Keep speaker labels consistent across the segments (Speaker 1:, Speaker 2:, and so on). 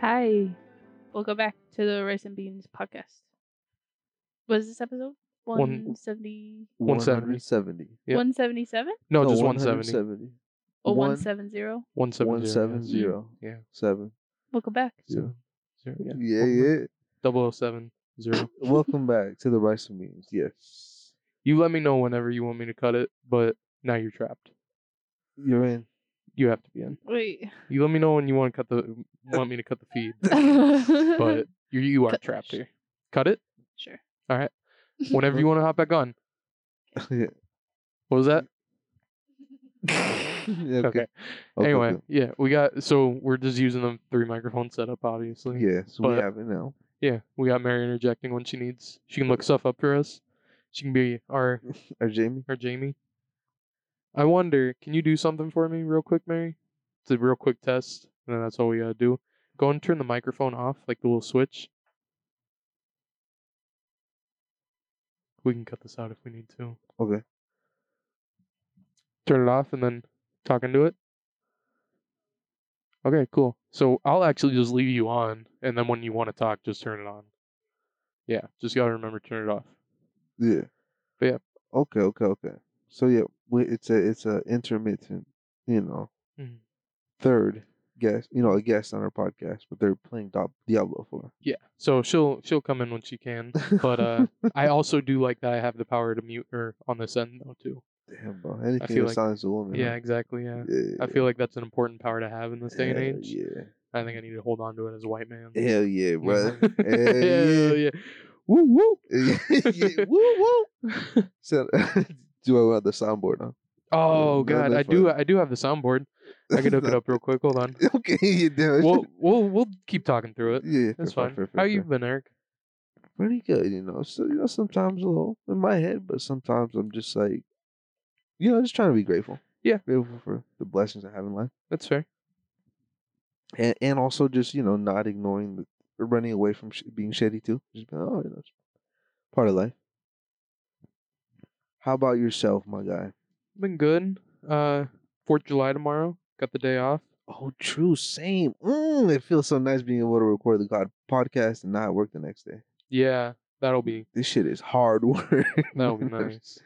Speaker 1: Hi. Welcome back to the Rice and Beans podcast. What is this episode?
Speaker 2: One-
Speaker 1: 170,
Speaker 2: 170.
Speaker 3: 170.
Speaker 2: Yep.
Speaker 1: 177?
Speaker 2: No,
Speaker 3: No,
Speaker 2: Oh, just 170.
Speaker 3: 170.
Speaker 1: Or
Speaker 3: One-
Speaker 1: 170?
Speaker 2: 170. yes.
Speaker 3: 170.
Speaker 2: Yeah.
Speaker 3: Seven.
Speaker 1: Welcome back.
Speaker 2: Zero. Zero.
Speaker 3: Yeah, yeah.
Speaker 2: Welcome back. 007. Zero.
Speaker 3: Welcome back to the Rice and Beans. Yes.
Speaker 2: You let me know whenever you want me to cut it, but now you're trapped.
Speaker 3: You're in.
Speaker 2: You have to be in.
Speaker 1: Wait.
Speaker 2: You let me know when you want to cut the want me to cut the feed, but you you are
Speaker 1: Cut-
Speaker 2: trapped here. Cut it
Speaker 1: sure.
Speaker 2: whenever you want to hop back on.
Speaker 3: Yeah.
Speaker 2: What was that?
Speaker 3: Yeah,
Speaker 2: Okay.
Speaker 3: okay. Okay,
Speaker 2: Anyway,
Speaker 3: good.
Speaker 2: yeah, we got so we're just using the three microphone setup, obviously.
Speaker 3: Yes, we
Speaker 2: But-
Speaker 3: have it now.
Speaker 2: Yeah, we got Mary interjecting when she needs. She can look stuff up for us. She can be our
Speaker 3: Or Uh, Jamie?
Speaker 2: or Jamie. I wonder, can you do something for me real quick, Mary? It's a real quick test, and then that's all we gotta do. Go and turn the microphone off, like the little switch. We can cut this out if we need to.
Speaker 3: Okay.
Speaker 2: Turn it off and then talk into it. Okay, cool. So I'll actually just leave you on, and then when you want to talk, just turn it on. Yeah, just gotta remember to turn it off.
Speaker 3: Yeah.
Speaker 2: But yeah.
Speaker 3: Okay, okay, okay. So yeah, we, it's a it's a intermittent, you know,
Speaker 2: Mhm.
Speaker 3: third guest, you know, a guest on our podcast, but they're playing Dia- Diablo 4.
Speaker 2: Yeah. So she'll she'll come in when she can. But uh I also do like that I have the power to mute her on this end though too.
Speaker 3: Damn, bro. Anything
Speaker 2: feel
Speaker 3: that
Speaker 2: like-
Speaker 3: sounds a woman.
Speaker 2: Yeah,
Speaker 3: huh?
Speaker 2: exactly. Yeah.
Speaker 3: Yeah.
Speaker 2: I feel like that's an important power to have in this day and
Speaker 3: Hell
Speaker 2: age.
Speaker 3: Yeah.
Speaker 2: I think I need to hold on to it as a white man.
Speaker 3: Hell yeah, bro.
Speaker 2: Hell
Speaker 3: yeah.
Speaker 2: yeah. Woo woo.
Speaker 3: yeah, woo woo. So, do I want the soundboard on?
Speaker 2: Oh
Speaker 3: no,
Speaker 2: god, I
Speaker 3: that's
Speaker 2: do
Speaker 3: fine.
Speaker 2: I do have the soundboard. I could look it up real quick. Hold on.
Speaker 3: okay, you do it.
Speaker 2: We'll we'll we'll keep talking through it.
Speaker 3: yeah,
Speaker 2: That's
Speaker 3: fair,
Speaker 2: fine.
Speaker 3: fair, fair,
Speaker 2: How
Speaker 3: fair,
Speaker 2: you
Speaker 3: fair.
Speaker 2: been, Eric?
Speaker 3: Pretty good, you know. So you know, sometimes a little in my head, but sometimes I'm just like, you know, just trying to be grateful.
Speaker 2: Yeah.
Speaker 3: grateful for the blessings I have in life,
Speaker 2: That's fair.
Speaker 3: and and also just you know not ignoring the or running away from sh- being shitty too. Just be like, oh, you know, it's part of life. How about yourself, my guy?
Speaker 2: Been good. Uh Fourth July tomorrow. Got the day off.
Speaker 3: Oh, true. Same. Mm, it feels so nice being able to record the God podcast and not work the next day.
Speaker 2: Yeah, that'll be
Speaker 3: This shit is hard work.
Speaker 2: that'll be nice.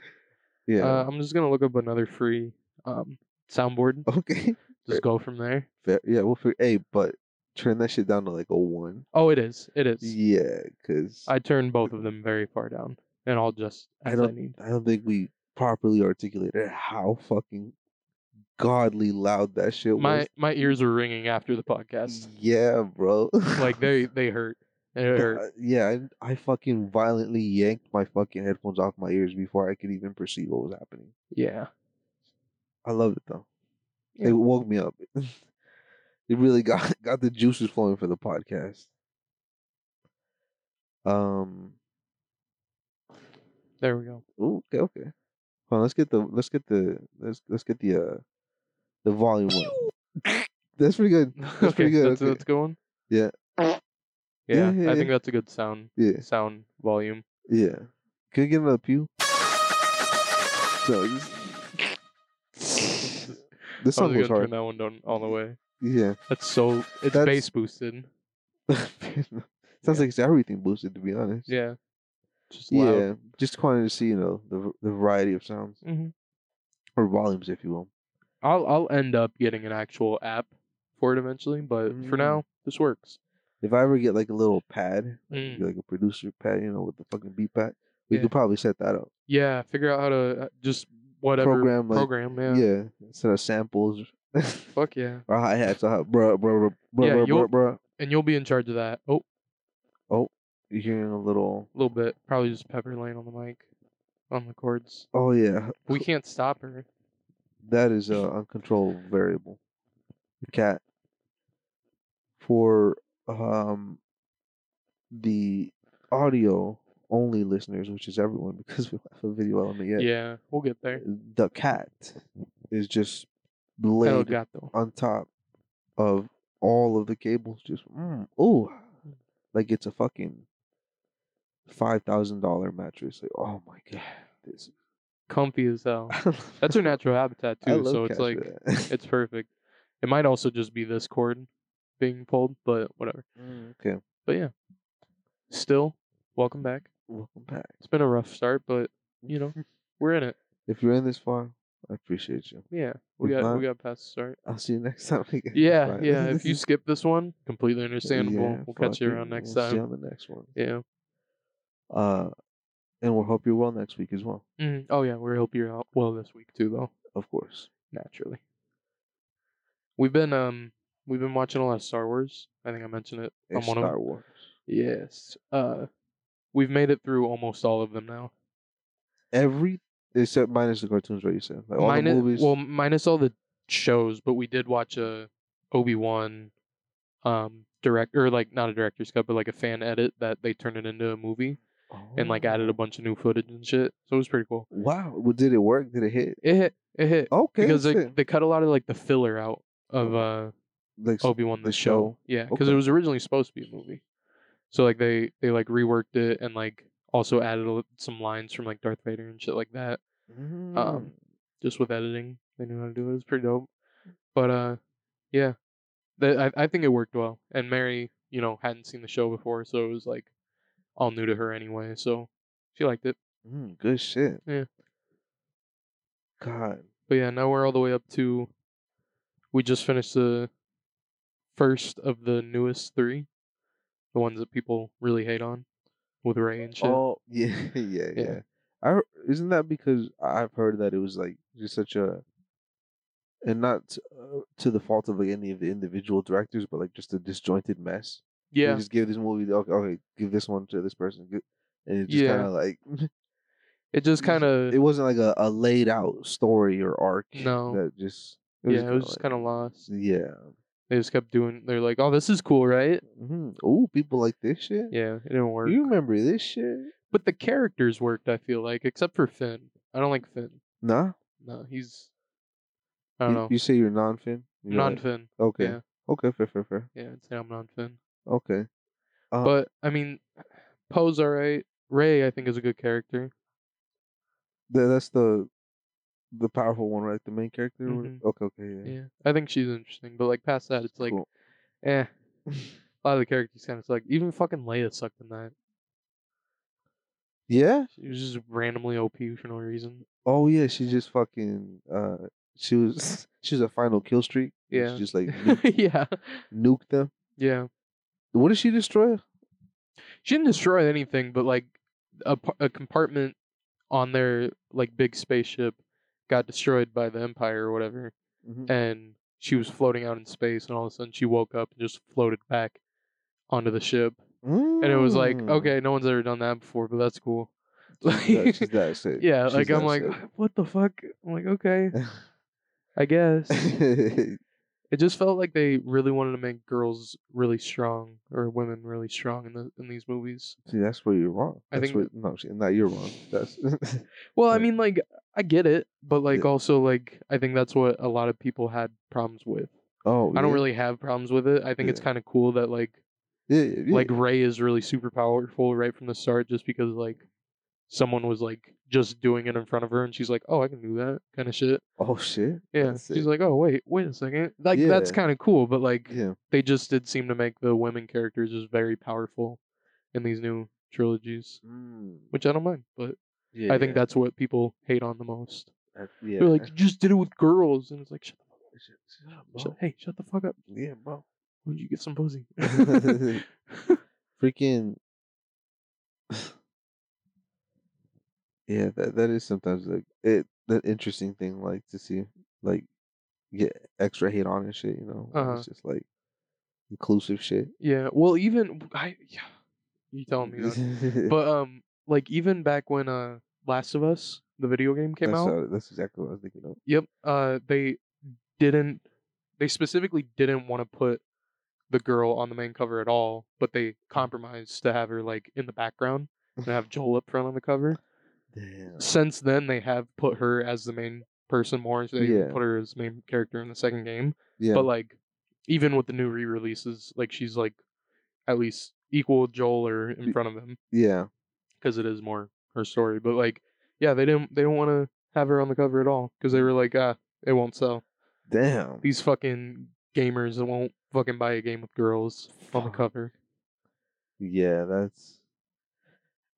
Speaker 3: yeah.
Speaker 2: Uh, I'm just gonna look up another free um, soundboard.
Speaker 3: okay.
Speaker 2: Just go from there.
Speaker 3: Fair. Yeah, we'll figure. Hey, but turn that shit down to like a one.
Speaker 2: Oh, it is. It is.
Speaker 3: Yeah, because I,
Speaker 2: I turned both of them very far down, and I'll just
Speaker 3: I
Speaker 2: as I, need.
Speaker 3: don't think we properly articulated how fucking godly loud that shit
Speaker 2: My
Speaker 3: was.
Speaker 2: my ears are ringing after the podcast.
Speaker 3: Yeah, bro.
Speaker 2: like they they hurt. It hurt.
Speaker 3: Uh, Mm. yeah, I, I fucking violently yanked my fucking headphones off my ears before I could even perceive what was happening.
Speaker 2: Yeah.
Speaker 3: I loved it though.
Speaker 2: Yeah.
Speaker 3: It woke me up. it really got got the juices flowing for the podcast. Um.
Speaker 2: There we go.
Speaker 3: ooh, okay. Okay. Hold on, let's get the let's get the let's let's get the uh the volume up. That's pretty good. That's pretty good.
Speaker 2: That's,
Speaker 3: okay.
Speaker 2: that's a good one.
Speaker 3: Yeah.
Speaker 2: Yeah,
Speaker 3: Yeah.
Speaker 2: I think that's a good sound
Speaker 3: Yeah.
Speaker 2: sound volume.
Speaker 3: Yeah. Can we get another pew? So this- this
Speaker 2: I
Speaker 3: song
Speaker 2: was gonna
Speaker 3: was
Speaker 2: turn
Speaker 3: hard.
Speaker 2: that one down all the way.
Speaker 3: Yeah.
Speaker 2: That's so it's
Speaker 3: That's-
Speaker 2: bass boosted.
Speaker 3: Sounds like it's everything boosted to be honest.
Speaker 2: Yeah. Just loud.
Speaker 3: Yeah, just wanted to see you know the v- the variety of sounds
Speaker 2: Mm-hmm.
Speaker 3: or volumes, if you will.
Speaker 2: I'll I'll end up getting an actual app for it eventually, but for
Speaker 3: Mm.
Speaker 2: now this works.
Speaker 3: If I ever get like a little pad,
Speaker 2: Mm.
Speaker 3: like a producer pad, you know, with the fucking beat pad, we
Speaker 2: Yeah.
Speaker 3: could probably set that up.
Speaker 2: Yeah, figure out how to uh, just whatever
Speaker 3: Program, like-
Speaker 2: program,
Speaker 3: Yeah,
Speaker 2: yeah.
Speaker 3: instead of samples
Speaker 2: Fuck yeah,
Speaker 3: or hi hats, or hi- bruh, bruh, bruh, bruh,
Speaker 2: Yeah,
Speaker 3: bruh,
Speaker 2: you'll-
Speaker 3: bruh, bruh.
Speaker 2: and you'll be in charge of that. Oh,
Speaker 3: You're hearing a little.
Speaker 2: a little bit, probably just pepper laying on the mic, on the cords.
Speaker 3: Oh yeah,
Speaker 2: We can't stop her.
Speaker 3: that is a uncontrollable variable. The cat for um the audio only listeners, which is everyone, because we don't have a video element
Speaker 2: Yeah,
Speaker 3: yet.
Speaker 2: we'll get there.
Speaker 3: the cat is just
Speaker 2: El
Speaker 3: laid
Speaker 2: gato.
Speaker 3: on top of all of the cables. Just mm, oh, like it's a fucking five thousand dollar mattress. Like oh my god, this.
Speaker 2: Comfy as hell. That's her natural habitat
Speaker 3: I
Speaker 2: too,
Speaker 3: love
Speaker 2: so it's
Speaker 3: cats for
Speaker 2: like
Speaker 3: that.
Speaker 2: it's perfect. It might also just be this cord being pulled, but whatever.
Speaker 3: okay.
Speaker 2: But yeah, still, welcome back.
Speaker 3: Welcome back.
Speaker 2: It's been a rough start, but you
Speaker 3: Hmm.
Speaker 2: know we're in it.
Speaker 3: If you're in this far, I appreciate you.
Speaker 2: Yeah, we
Speaker 3: If
Speaker 2: got
Speaker 3: not-
Speaker 2: we got past the start.
Speaker 3: I'll see you next time. we get-
Speaker 2: Yeah,
Speaker 3: Bye.
Speaker 2: yeah. If you skip this one, completely understandable.
Speaker 3: Yeah,
Speaker 2: we'll catch
Speaker 3: fuck
Speaker 2: you
Speaker 3: it.
Speaker 2: around next
Speaker 3: We'll See you
Speaker 2: time.
Speaker 3: on the next one.
Speaker 2: Yeah.
Speaker 3: Uh, and we'll hope you're well next week as well,
Speaker 2: Mhm. Oh yeah, we hope you're out well this week too, though.
Speaker 3: of course.
Speaker 2: Naturally. We've been um we've been watching a lot of Star Wars. I think I mentioned it
Speaker 3: And
Speaker 2: on one of
Speaker 3: Star Wars.
Speaker 2: Yes. Uh, we've made it through almost all of them now.
Speaker 3: Every except minus the cartoons, right? You said like all
Speaker 2: minus
Speaker 3: the movies.
Speaker 2: well, minus all the shows, but we did watch a Obi Wan, um, direct or like not a director's cut, but like a fan edit that they turned it into a movie and like added a bunch of new footage and shit. So it was pretty cool.
Speaker 3: Oh. Wow. Well, did it work? Did it hit?
Speaker 2: It hit. It hit
Speaker 3: Okay.
Speaker 2: because they
Speaker 3: shit.
Speaker 2: they cut a lot of like the filler out of uh
Speaker 3: like
Speaker 2: Obi Wan the,
Speaker 3: the
Speaker 2: show.
Speaker 3: show.
Speaker 2: Yeah, because it
Speaker 3: Okay.
Speaker 2: was originally supposed to be a movie. So like they they like reworked it and like also added a, li- some lines from like Darth Vader and shit like that. um
Speaker 3: Mm.
Speaker 2: Just with editing, they knew how to do it. It was pretty dope. But uh, yeah, the, I I think it worked well. And Mary, you know, hadn't seen the show before, so it was like all new to her anyway. So she liked it.
Speaker 3: Mm, good shit.
Speaker 2: Yeah.
Speaker 3: God.
Speaker 2: But yeah, now we're all the way up to. We just finished the first of the newest three, the ones that people really hate on, with Ray and shit.
Speaker 3: Oh yeah, yeah, yeah. I hear- isn't that because I've heard that it was like just such a, and not t- uh, to the fault of like any of the individual directors, but like just a disjointed mess. They
Speaker 2: yeah,
Speaker 3: just give this movie. the- Okay, okay, give this one to this person. gi- And it just
Speaker 2: Yeah.
Speaker 3: kind of like
Speaker 2: it just kind of
Speaker 3: it wasn't like a, a laid out story or arc.
Speaker 2: No.
Speaker 3: that just
Speaker 2: yeah, it was just kind of lost.
Speaker 3: yeah.
Speaker 2: They just kept doing. They're like, "Oh, this is cool, right?"
Speaker 3: hmm Oh, people like this shit.
Speaker 2: Yeah, it didn't work.
Speaker 3: you remember this shit?
Speaker 2: But the characters worked. I feel like, except for Finn. I don't like Finn.
Speaker 3: Nah,
Speaker 2: No, he's. I don't
Speaker 3: you,
Speaker 2: know.
Speaker 3: you say you're non-fin. You're like-
Speaker 2: non-Finn.
Speaker 3: Okay.
Speaker 2: yeah.
Speaker 3: Okay. Fair. Fair. Fair.
Speaker 2: Yeah, I'd say I'm non-Finn.
Speaker 3: Okay. Uh,
Speaker 2: But I mean, Poe's alright. Ray, I think, is a good character.
Speaker 3: Th- that's the the powerful one, right? The main character. or whatever?
Speaker 2: Mhm.
Speaker 3: Okay, okay, yeah.
Speaker 2: Yeah, I think she's interesting. But like past that, it's like,
Speaker 3: Cool.
Speaker 2: eh. A lot of the characters kind of suck. Even fucking Leia sucked in that.
Speaker 3: yeah.
Speaker 2: She was just randomly OP for no reason.
Speaker 3: Oh yeah, she just fucking uh, she was she was a final kill streak. and
Speaker 2: Yeah.
Speaker 3: she just like nu-
Speaker 2: yeah,
Speaker 3: nuked them.
Speaker 2: yeah.
Speaker 3: What did she destroy?
Speaker 2: She didn't destroy anything, but like a, p- a compartment on their like big spaceship got destroyed by the Empire or whatever,
Speaker 3: Mhm.
Speaker 2: and she was floating out in space, and all of a sudden she woke up and just floated back onto the ship, and it was like,
Speaker 3: Mm.
Speaker 2: okay, no one's ever done that before, but that's cool.
Speaker 3: she's that, she's that sick.
Speaker 2: yeah,
Speaker 3: She's
Speaker 2: like I'm
Speaker 3: that
Speaker 2: like, what the fuck? I'm like, okay, I guess.
Speaker 3: sick.
Speaker 2: It just felt like they really wanted to make girls really strong or women really strong in the in these movies.
Speaker 3: See, that's where you're wrong.
Speaker 2: I
Speaker 3: That's
Speaker 2: think
Speaker 3: where, no, she- no, you're wrong. That's
Speaker 2: Well, I
Speaker 3: Right.
Speaker 2: mean, like I get it, but like
Speaker 3: Yeah.
Speaker 2: also like I think that's what a lot of people had problems with.
Speaker 3: oh,
Speaker 2: I don't
Speaker 3: yeah.
Speaker 2: really have problems with it. I think it's
Speaker 3: Yeah.
Speaker 2: kind of cool that like
Speaker 3: yeah, yeah, yeah.
Speaker 2: like Ray is really super powerful right from the start, just because like someone was like just doing it in front of her, and she's like, "Oh, I can do that," kind of shit.
Speaker 3: oh shit,
Speaker 2: Yeah,
Speaker 3: That's
Speaker 2: she's
Speaker 3: it.
Speaker 2: like, "Oh, wait, wait a second. Like that's
Speaker 3: Yeah.
Speaker 2: kind of cool, but like
Speaker 3: yeah.
Speaker 2: they just did seem to make the women characters just very powerful in these new trilogies,
Speaker 3: Mm.
Speaker 2: which I don't mind. But
Speaker 3: yeah
Speaker 2: I think
Speaker 3: yeah.
Speaker 2: that's what people hate on the most.
Speaker 3: That- yeah.
Speaker 2: They're like, you just did it with girls, and it's like, shut the fuck
Speaker 3: Shut- shut up,
Speaker 2: up.
Speaker 3: bro.
Speaker 2: Shut, hey, shut the fuck up.
Speaker 3: Yeah, bro.
Speaker 2: Why don't you get some pussy?
Speaker 3: Freaking. yeah, that that is sometimes like it the interesting thing, like to see like get extra hate on and shit. You know, when
Speaker 2: Uh-huh.
Speaker 3: it's just like inclusive shit.
Speaker 2: yeah. Well, even I, yeah, you telling me that. Oh, But um, like even back when uh, Last of Us, the video game came
Speaker 3: that's,
Speaker 2: out.
Speaker 3: how- that's exactly what I was thinking of.
Speaker 2: Yep. Uh, they didn't. They specifically didn't want to put the girl on the main cover at all, but they compromised to have her like in the background and have Joel up front on the cover.
Speaker 3: Damn.
Speaker 2: Since then, they have put her as the main person more. So they even
Speaker 3: Yeah.
Speaker 2: put her as main character in the second game.
Speaker 3: Yeah.
Speaker 2: But like, even with the new re-releases, like she's like at least equal Joel or in
Speaker 3: Y-
Speaker 2: front of him
Speaker 3: yeah.
Speaker 2: because it is more her story. But like, yeah, they didn't they don't want to have her on the cover at all because they were like, ah, it won't sell
Speaker 3: Damn.
Speaker 2: these fucking gamers that won't fucking buy a game with girls on the
Speaker 3: Fuck.
Speaker 2: cover.
Speaker 3: Yeah, that's.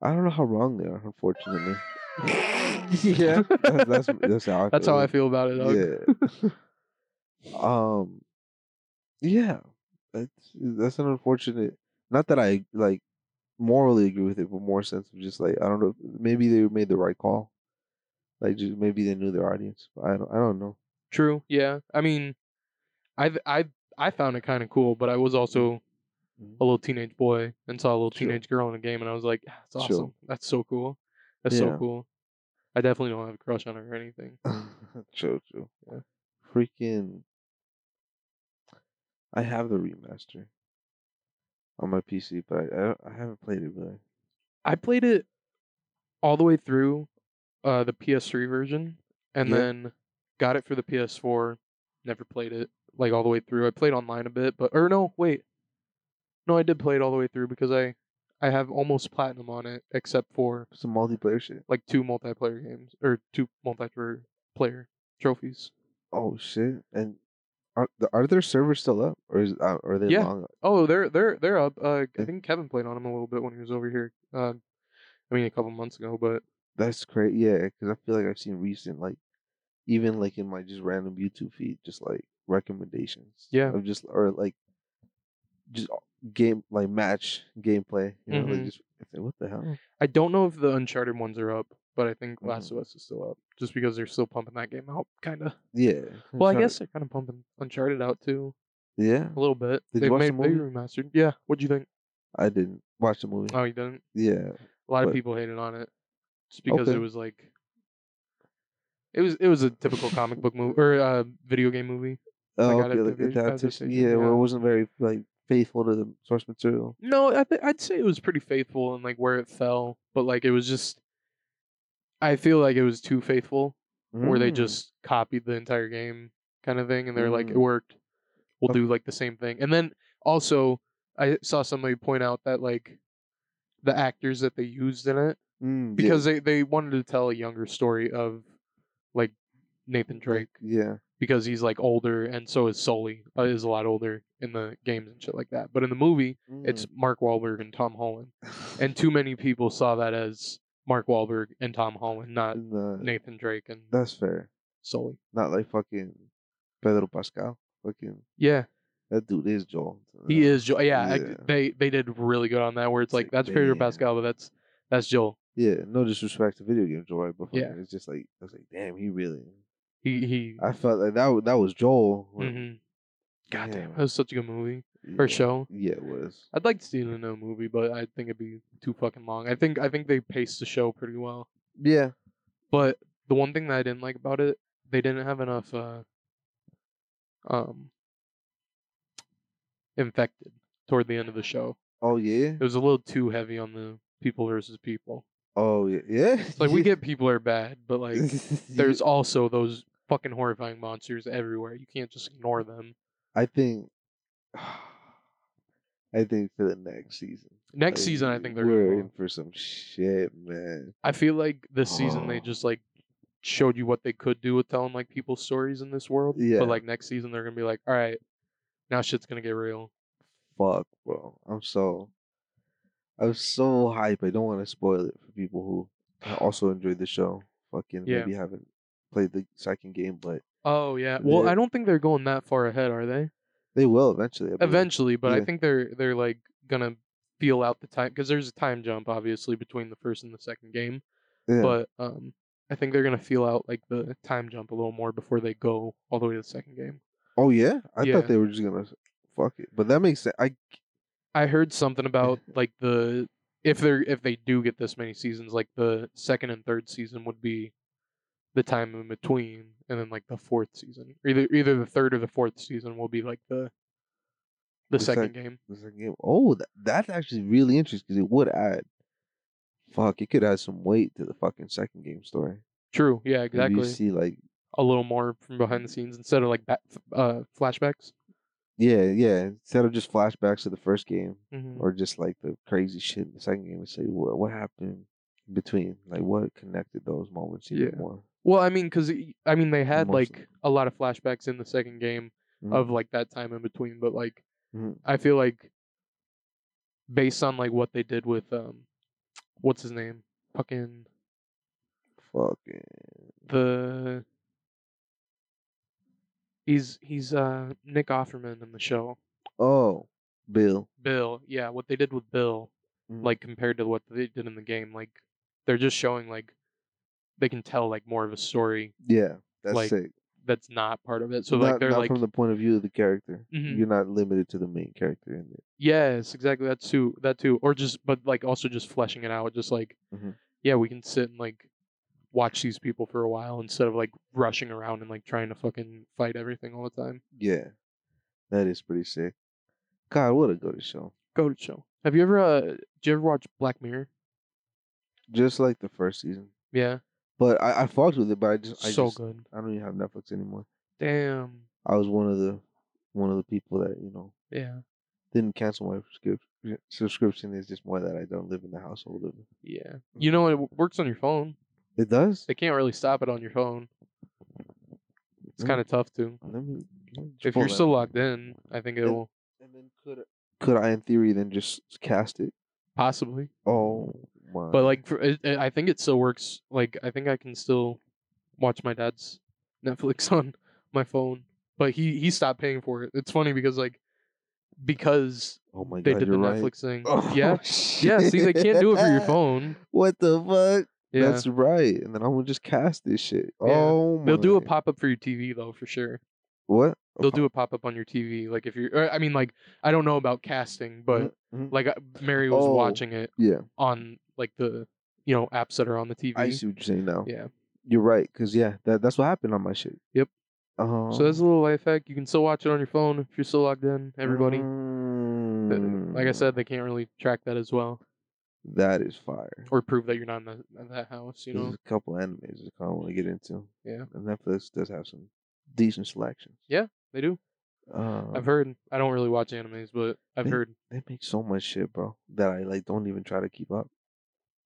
Speaker 3: I don't know how wrong they are, unfortunately. yeah, that's that's, that's how I
Speaker 2: That's how I feel about it. Dog.
Speaker 3: Yeah. um, yeah, that's that's an unfortunate. Not that I like morally agree with it, but more sense of just like I don't know. Maybe they made the right call. Like just maybe they knew their audience. I don't. I don't know.
Speaker 2: True. Yeah. I mean, I th- I I found it kind of cool, but I was also a little teenage boy and saw a little
Speaker 3: Mm-hmm. Sure.
Speaker 2: teenage girl in a game, and I was like, "Ah, "That's awesome.
Speaker 3: Sure.
Speaker 2: That's so cool. That's so
Speaker 3: Yeah.
Speaker 2: cool." I definitely don't have a crush on her or anything.
Speaker 3: true, true. Yeah. Freaking. I have the remaster on my PC, but I, I, I haven't played it really.
Speaker 2: I played it all the way through uh, the PS3 version, and
Speaker 3: Yeah.
Speaker 2: then got it for the PS4. Never played it like all the way through. I played online a bit, but or no, wait, no, I did play it all the way through because I I have almost platinum on it, except for
Speaker 3: Some multiplayer shit.
Speaker 2: like two multiplayer games or two multiplayer player trophies.
Speaker 3: Oh shit! And are the, are their servers still up, or is uh, are they
Speaker 2: Yeah.
Speaker 3: long?
Speaker 2: Oh, they're they're they're up. Uh, I
Speaker 3: Yeah.
Speaker 2: think Kevin played on them a little bit when he was over here. Uh, I mean, a couple months ago, but
Speaker 3: That's crazy. Yeah, because I feel like I've seen recent, like even like in my just random YouTube feed, just like recommendations.
Speaker 2: Yeah.
Speaker 3: Of just or like just game like match gameplay. You know, like
Speaker 2: Mhm.
Speaker 3: just it's like, what the hell?
Speaker 2: I don't know if the Uncharted ones are up. But I
Speaker 3: Mm-hmm.
Speaker 2: think Last of Us is still up, just because they're still pumping that game out, kind of.
Speaker 3: Yeah.
Speaker 2: Well, I
Speaker 3: Sorry.
Speaker 2: guess they're kind of pumping Uncharted out too,
Speaker 3: Yeah,
Speaker 2: a little bit.
Speaker 3: Did you
Speaker 2: they
Speaker 3: watch the
Speaker 2: made they
Speaker 3: movie?
Speaker 2: remastered. Yeah, what'd you think?
Speaker 3: I didn't watch the movie.
Speaker 2: Oh, you didn't.
Speaker 3: yeah.
Speaker 2: A lot of
Speaker 3: But-
Speaker 2: people hated on it, just because
Speaker 3: Okay.
Speaker 2: it was like, it was it was a typical comic book movie or uh, video game movie.
Speaker 3: Oh,
Speaker 2: got
Speaker 3: okay.
Speaker 2: adapta-
Speaker 3: Like adaptation.
Speaker 2: adaptation,
Speaker 3: Yeah, Well,
Speaker 2: yeah.
Speaker 3: it wasn't very like faithful to the source material.
Speaker 2: No, I th- I'd say it was pretty faithful in like where it fell, but like it was just, I feel like it was too faithful, where they
Speaker 3: Mm,
Speaker 2: just copied the entire game kind of thing, and they're like, it
Speaker 3: Mm.
Speaker 2: worked, we'll
Speaker 3: Okay.
Speaker 2: do like the same thing. And then also, I saw somebody point out that like, the actors that they used in it
Speaker 3: mm, yeah,
Speaker 2: because they they wanted to tell a younger story of like Nathan Drake
Speaker 3: Yeah.
Speaker 2: because he's like older, and so is Sully uh, is a lot older in the games and shit like that. But in the movie, it's Mark Wahlberg and Tom Holland.
Speaker 3: Mm.
Speaker 2: And too many people saw that as Mark Wahlberg and Tom Holland, not
Speaker 3: Nah,
Speaker 2: Nathan Drake and
Speaker 3: that's fair.
Speaker 2: Sully.
Speaker 3: Not like fucking Pedro Pascal. Fucking
Speaker 2: Yeah,
Speaker 3: that dude is Joel.
Speaker 2: he is. Joel. Yeah, I-
Speaker 3: Uh, Yeah.
Speaker 2: they they did really good on that. Where it's
Speaker 3: It's
Speaker 2: like
Speaker 3: like,
Speaker 2: that's Pedro
Speaker 3: damn.
Speaker 2: Pascal, but that's that's Joel.
Speaker 3: Yeah, no disrespect to video game Joel, but fucking,
Speaker 2: Yeah.
Speaker 3: it's just like I was like, damn, he really.
Speaker 2: He he.
Speaker 3: I felt like that wa- that was Joel. when-
Speaker 2: hmm God damn,
Speaker 3: Yeah.
Speaker 2: that was such a good movie
Speaker 3: yeah.
Speaker 2: or show.
Speaker 3: Yeah, it was.
Speaker 2: I'd like to see it in a movie, but I think it'd be too fucking long. I think I think they paced the show pretty well.
Speaker 3: Yeah,
Speaker 2: But the one thing that I didn't like about it, they didn't have enough uh um infected toward the end of the show.
Speaker 3: Oh yeah.
Speaker 2: It was a little too heavy on the people versus people.
Speaker 3: Oh yeah. Yeah.
Speaker 2: It's like we get people are bad, but like there's also those fucking horrifying monsters everywhere. You can't just ignore them.
Speaker 3: I think. I think for the next season.
Speaker 2: Next
Speaker 3: Like,
Speaker 2: season I think they're gonna
Speaker 3: we're
Speaker 2: go
Speaker 3: in
Speaker 2: up.
Speaker 3: for some shit, man.
Speaker 2: I feel like this season they
Speaker 3: Oh.
Speaker 2: just like showed you what they could do with telling like people's stories in this world.
Speaker 3: Yeah.
Speaker 2: But like next season they're gonna be like, all right, now shit's gonna get real.
Speaker 3: fuck, bro. I'm so I'm so hype. I don't want to spoil it for people who also enjoyed the show. Fucking
Speaker 2: Yeah.
Speaker 3: maybe haven't played the second game, but
Speaker 2: Oh yeah. Well,
Speaker 3: Yeah.
Speaker 2: I don't think they're going that far ahead, are they?
Speaker 3: they will eventually. I believe.
Speaker 2: Eventually, but I
Speaker 3: Yeah.
Speaker 2: think they're they're like gonna feel out the time because there's a time jump obviously between the first and the second game.
Speaker 3: Yeah.
Speaker 2: But um, I think they're gonna feel out like the time jump a little more before they go all the way to the second game.
Speaker 3: oh yeah, I
Speaker 2: Yeah.
Speaker 3: thought they were just gonna fuck it, but that makes sense. I
Speaker 2: I heard something about like the if they're if they do get this many seasons, like the second and third season would be the time in between, and then like the fourth season, either either the third or the fourth season will be like the the,
Speaker 3: The sec-
Speaker 2: second game.
Speaker 3: the second game. Oh, that, that's actually really interesting because it would add. Fuck, it could add some weight to the fucking second game story.
Speaker 2: True. Yeah.
Speaker 3: If
Speaker 2: Exactly.
Speaker 3: You see, like,
Speaker 2: a little more from behind the scenes instead of like back, uh, flashbacks.
Speaker 3: yeah, yeah. Instead of just flashbacks to the first game,
Speaker 2: Mm-hmm.
Speaker 3: or just like the crazy shit in the second game and say what what happened in between like what connected those moments even
Speaker 2: Yeah.
Speaker 3: more
Speaker 2: Well, I mean, because I mean they had
Speaker 3: More so.
Speaker 2: like a lot of flashbacks in the second game,
Speaker 3: Mhm.
Speaker 2: of like that time in between. But like,
Speaker 3: Mhm.
Speaker 2: I feel like based on like what they did with um, what's his name, fucking
Speaker 3: Fucking
Speaker 2: the. He's he's uh Nick Offerman in the show.
Speaker 3: oh, Bill.
Speaker 2: Bill, yeah, what they did with Bill,
Speaker 3: Mhm.
Speaker 2: like compared to what they did in the game, like they're just showing like they can tell like more of a story
Speaker 3: Yeah, that's
Speaker 2: Like,
Speaker 3: sick.
Speaker 2: that's not part of it. So
Speaker 3: not,
Speaker 2: like they're
Speaker 3: not
Speaker 2: like
Speaker 3: from the point of view of the character.
Speaker 2: Mhm.
Speaker 3: You're not limited to the main character in it.
Speaker 2: yes, exactly that too, that too, or just but like also just fleshing it out, just like
Speaker 3: Mhm.
Speaker 2: yeah, we can sit and like watch these people for a while instead of like rushing around and like trying to fucking fight everything all the time.
Speaker 3: Yeah, that is pretty sick. God, what a good show.
Speaker 2: Go to show. Have you ever uh do you ever watch Black Mirror?
Speaker 3: Just like the first season,
Speaker 2: Yeah,
Speaker 3: but I, I fought with it. But I just I
Speaker 2: so
Speaker 3: just,
Speaker 2: good.
Speaker 3: I don't even have Netflix anymore.
Speaker 2: Damn.
Speaker 3: I was one of the one of the people that you know
Speaker 2: Yeah.
Speaker 3: didn't cancel my subscrip- subscription. It's just more that I don't live in the household of it.
Speaker 2: Yeah.
Speaker 3: Mm-hmm.
Speaker 2: You know it w- works on your phone.
Speaker 3: It does.
Speaker 2: they can't really stop it on your phone. It's
Speaker 3: Mm.
Speaker 2: kind of tough to.
Speaker 3: Let me, let me just
Speaker 2: If
Speaker 3: pull
Speaker 2: you're
Speaker 3: that
Speaker 2: still
Speaker 3: up.
Speaker 2: logged in, I think it
Speaker 3: Yeah.
Speaker 2: will
Speaker 3: and then could could I in theory then just cast it?
Speaker 2: possibly.
Speaker 3: Oh my!
Speaker 2: But like, for, it, it- I think it still works. Like, I think I can still watch my dad's Netflix on my phone. But he he stopped paying for it. It's funny because like because
Speaker 3: oh my
Speaker 2: they
Speaker 3: god,
Speaker 2: did the
Speaker 3: you're right.
Speaker 2: Netflix thing.
Speaker 3: Oh,
Speaker 2: Yeah, yeah. See, they can't do it for your
Speaker 3: shit.
Speaker 2: phone.
Speaker 3: What the fuck?
Speaker 2: Yeah,
Speaker 3: That's right. And then I'm gonna just cast this shit.
Speaker 2: Yeah.
Speaker 3: Oh my!
Speaker 2: they'll do a pop up for your TV though for sure.
Speaker 3: What?
Speaker 2: They'll do a pop up on your TV. Like if you're, or, I mean, like I don't know about casting, but
Speaker 3: Mhm.
Speaker 2: like uh, Mary was
Speaker 3: Oh.
Speaker 2: watching it
Speaker 3: yeah,
Speaker 2: on like the you know apps that are on the TV.
Speaker 3: I see what you're saying now.
Speaker 2: Yeah.
Speaker 3: You're right, cause yeah, that that's what happened on my shit.
Speaker 2: Yep.
Speaker 3: Um,
Speaker 2: So that's a little life hack. You can still watch it on your phone if you're still logged in. Everybody, Uh, like I
Speaker 3: Mm,
Speaker 2: said, they can't really track that as well
Speaker 3: that is fire.
Speaker 2: or prove that you're not in the, in that house. You know,
Speaker 3: There's a couple animes that I want to get into.
Speaker 2: Yeah.
Speaker 3: and Netflix does have some decent selections.
Speaker 2: they do.
Speaker 3: Um,
Speaker 2: I've heard. I don't really watch animes, but I've
Speaker 3: Yeah.
Speaker 2: heard.
Speaker 3: they make so much shit, bro, that I like don't even try to keep up.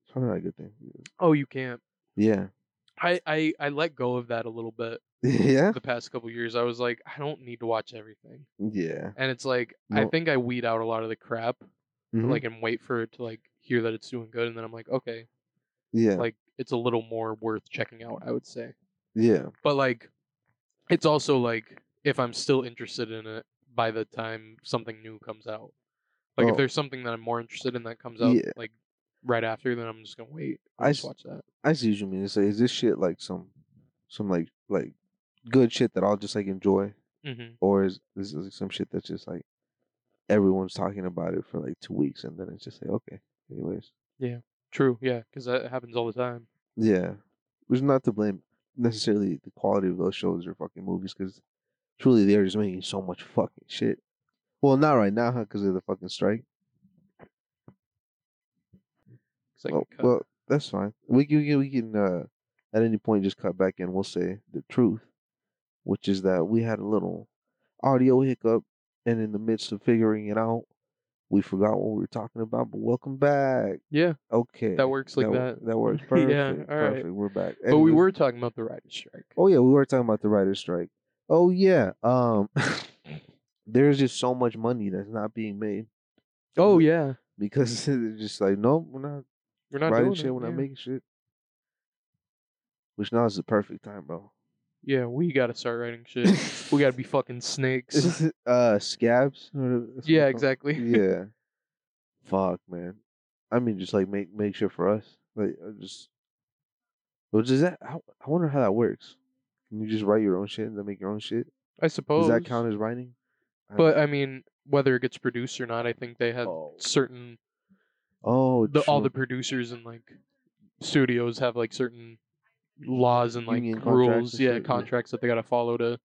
Speaker 3: It's probably not a good thing.
Speaker 2: Oh, you can't.
Speaker 3: Yeah,
Speaker 2: I I I let go of that a little bit
Speaker 3: yeah,
Speaker 2: the past couple years. I was like, I don't need to watch everything,
Speaker 3: yeah.
Speaker 2: and it's like I
Speaker 3: No.
Speaker 2: think I weed out a lot of the crap,
Speaker 3: Mhm.
Speaker 2: like and wait for it to like hear that it's doing good, and then I'm like, okay,
Speaker 3: yeah,
Speaker 2: like it's a little more worth checking out i would say
Speaker 3: yeah,
Speaker 2: but like it's also like if i'm still interested in it by the time something new comes out like
Speaker 3: Oh.
Speaker 2: if there's something that i'm more interested in that comes out
Speaker 3: Yeah.
Speaker 2: like right after then i'm just gonna wait and
Speaker 3: I
Speaker 2: just
Speaker 3: s-
Speaker 2: watch that
Speaker 3: I see what you mean. It's like, is this shit like some, some like like good shit that I'll just like enjoy,
Speaker 2: mm-hmm.
Speaker 3: or is this is like some shit that's just like everyone's talking about it for like two weeks and then it's just like okay, anyways,
Speaker 2: true yeah because that happens all the time
Speaker 3: yeah. Which is not to blame necessarily the quality of those shows or fucking movies because truly they are just making so much fucking shit. Well, not right now, huh? Because of the fucking strike.
Speaker 2: 'Cause I
Speaker 3: Well,
Speaker 2: can cut.
Speaker 3: Oh, well, that's fine. We can, we can, we can uh, at any point just cut back and we'll say the truth, which is that we had a little audio hiccup, and in the midst of figuring it out, we forgot what we were talking about. But welcome back.
Speaker 2: yeah
Speaker 3: Okay,
Speaker 2: that works like
Speaker 3: wo-
Speaker 2: that,
Speaker 3: That works
Speaker 2: Yeah,
Speaker 3: perfect.
Speaker 2: all right.
Speaker 3: perfect. We're back.
Speaker 2: but we
Speaker 3: Anyways-
Speaker 2: were talking about the writer's strike
Speaker 3: Oh yeah, we were talking about the writer's strike. Oh yeah. Um, there's just so much money that's not being made
Speaker 2: oh
Speaker 3: the-
Speaker 2: yeah
Speaker 3: because it's just like, nope, we're not
Speaker 2: we're not
Speaker 3: writing
Speaker 2: doing
Speaker 3: shit.
Speaker 2: it.
Speaker 3: We're not
Speaker 2: yeah.
Speaker 3: making shit. Which now is the perfect time, bro.
Speaker 2: yeah we gotta start writing shit we gotta be fucking snakes
Speaker 3: uh, scabs. or whatever that's what
Speaker 2: yeah
Speaker 3: they're called.
Speaker 2: exactly
Speaker 3: Yeah. Fuck, man. I mean, just like make make sure for us. Like, I just. Which is that? I, I wonder how that works. Can you just write your own shit and then make your own shit?
Speaker 2: i suppose
Speaker 3: Does that count as writing? I don't-
Speaker 2: But I mean, whether it gets produced or not, I think they have
Speaker 3: Oh.
Speaker 2: certain
Speaker 3: Oh,
Speaker 2: the, all the
Speaker 3: true.
Speaker 2: producers and like studios have like certain laws and like
Speaker 3: Union contracts
Speaker 2: rules,
Speaker 3: and
Speaker 2: yeah,
Speaker 3: shit, yeah.
Speaker 2: contracts that they gotta follow to,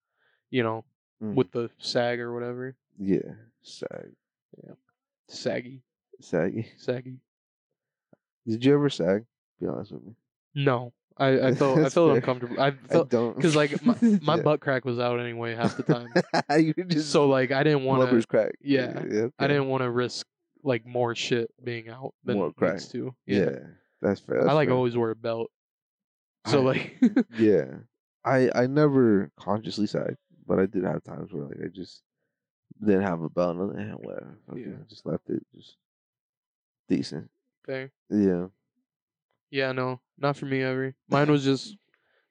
Speaker 2: you know,
Speaker 3: Mm.
Speaker 2: with the SAG or whatever.
Speaker 3: yeah, sag,
Speaker 2: Saggy,
Speaker 3: saggy.
Speaker 2: saggy.
Speaker 3: Did you ever sag? Be honest with me.
Speaker 2: No, I I felt I
Speaker 3: That's
Speaker 2: felt
Speaker 3: fair.
Speaker 2: uncomfortable. I
Speaker 3: I
Speaker 2: felt
Speaker 3: don't,
Speaker 2: because like my, my
Speaker 3: Yeah.
Speaker 2: butt crack was out anyway half the time,
Speaker 3: you just
Speaker 2: so like I didn't want to
Speaker 3: blubber's crack.
Speaker 2: yeah, I
Speaker 3: okay.
Speaker 2: didn't want to risk like more shit being out than
Speaker 3: More
Speaker 2: more
Speaker 3: crack.
Speaker 2: needs to.
Speaker 3: Yeah, that's fair.
Speaker 2: I
Speaker 3: that's
Speaker 2: like
Speaker 3: fair.
Speaker 2: always wear a belt. So
Speaker 3: I-
Speaker 2: like
Speaker 3: Yeah, I I never consciously sag, But I did have times where like I just didn't have a bell and eh, whatever. fuck it,
Speaker 2: Yeah.
Speaker 3: I just left it just decent.
Speaker 2: Fair.
Speaker 3: Yeah.
Speaker 2: Yeah, no, not for me ever. Mine was just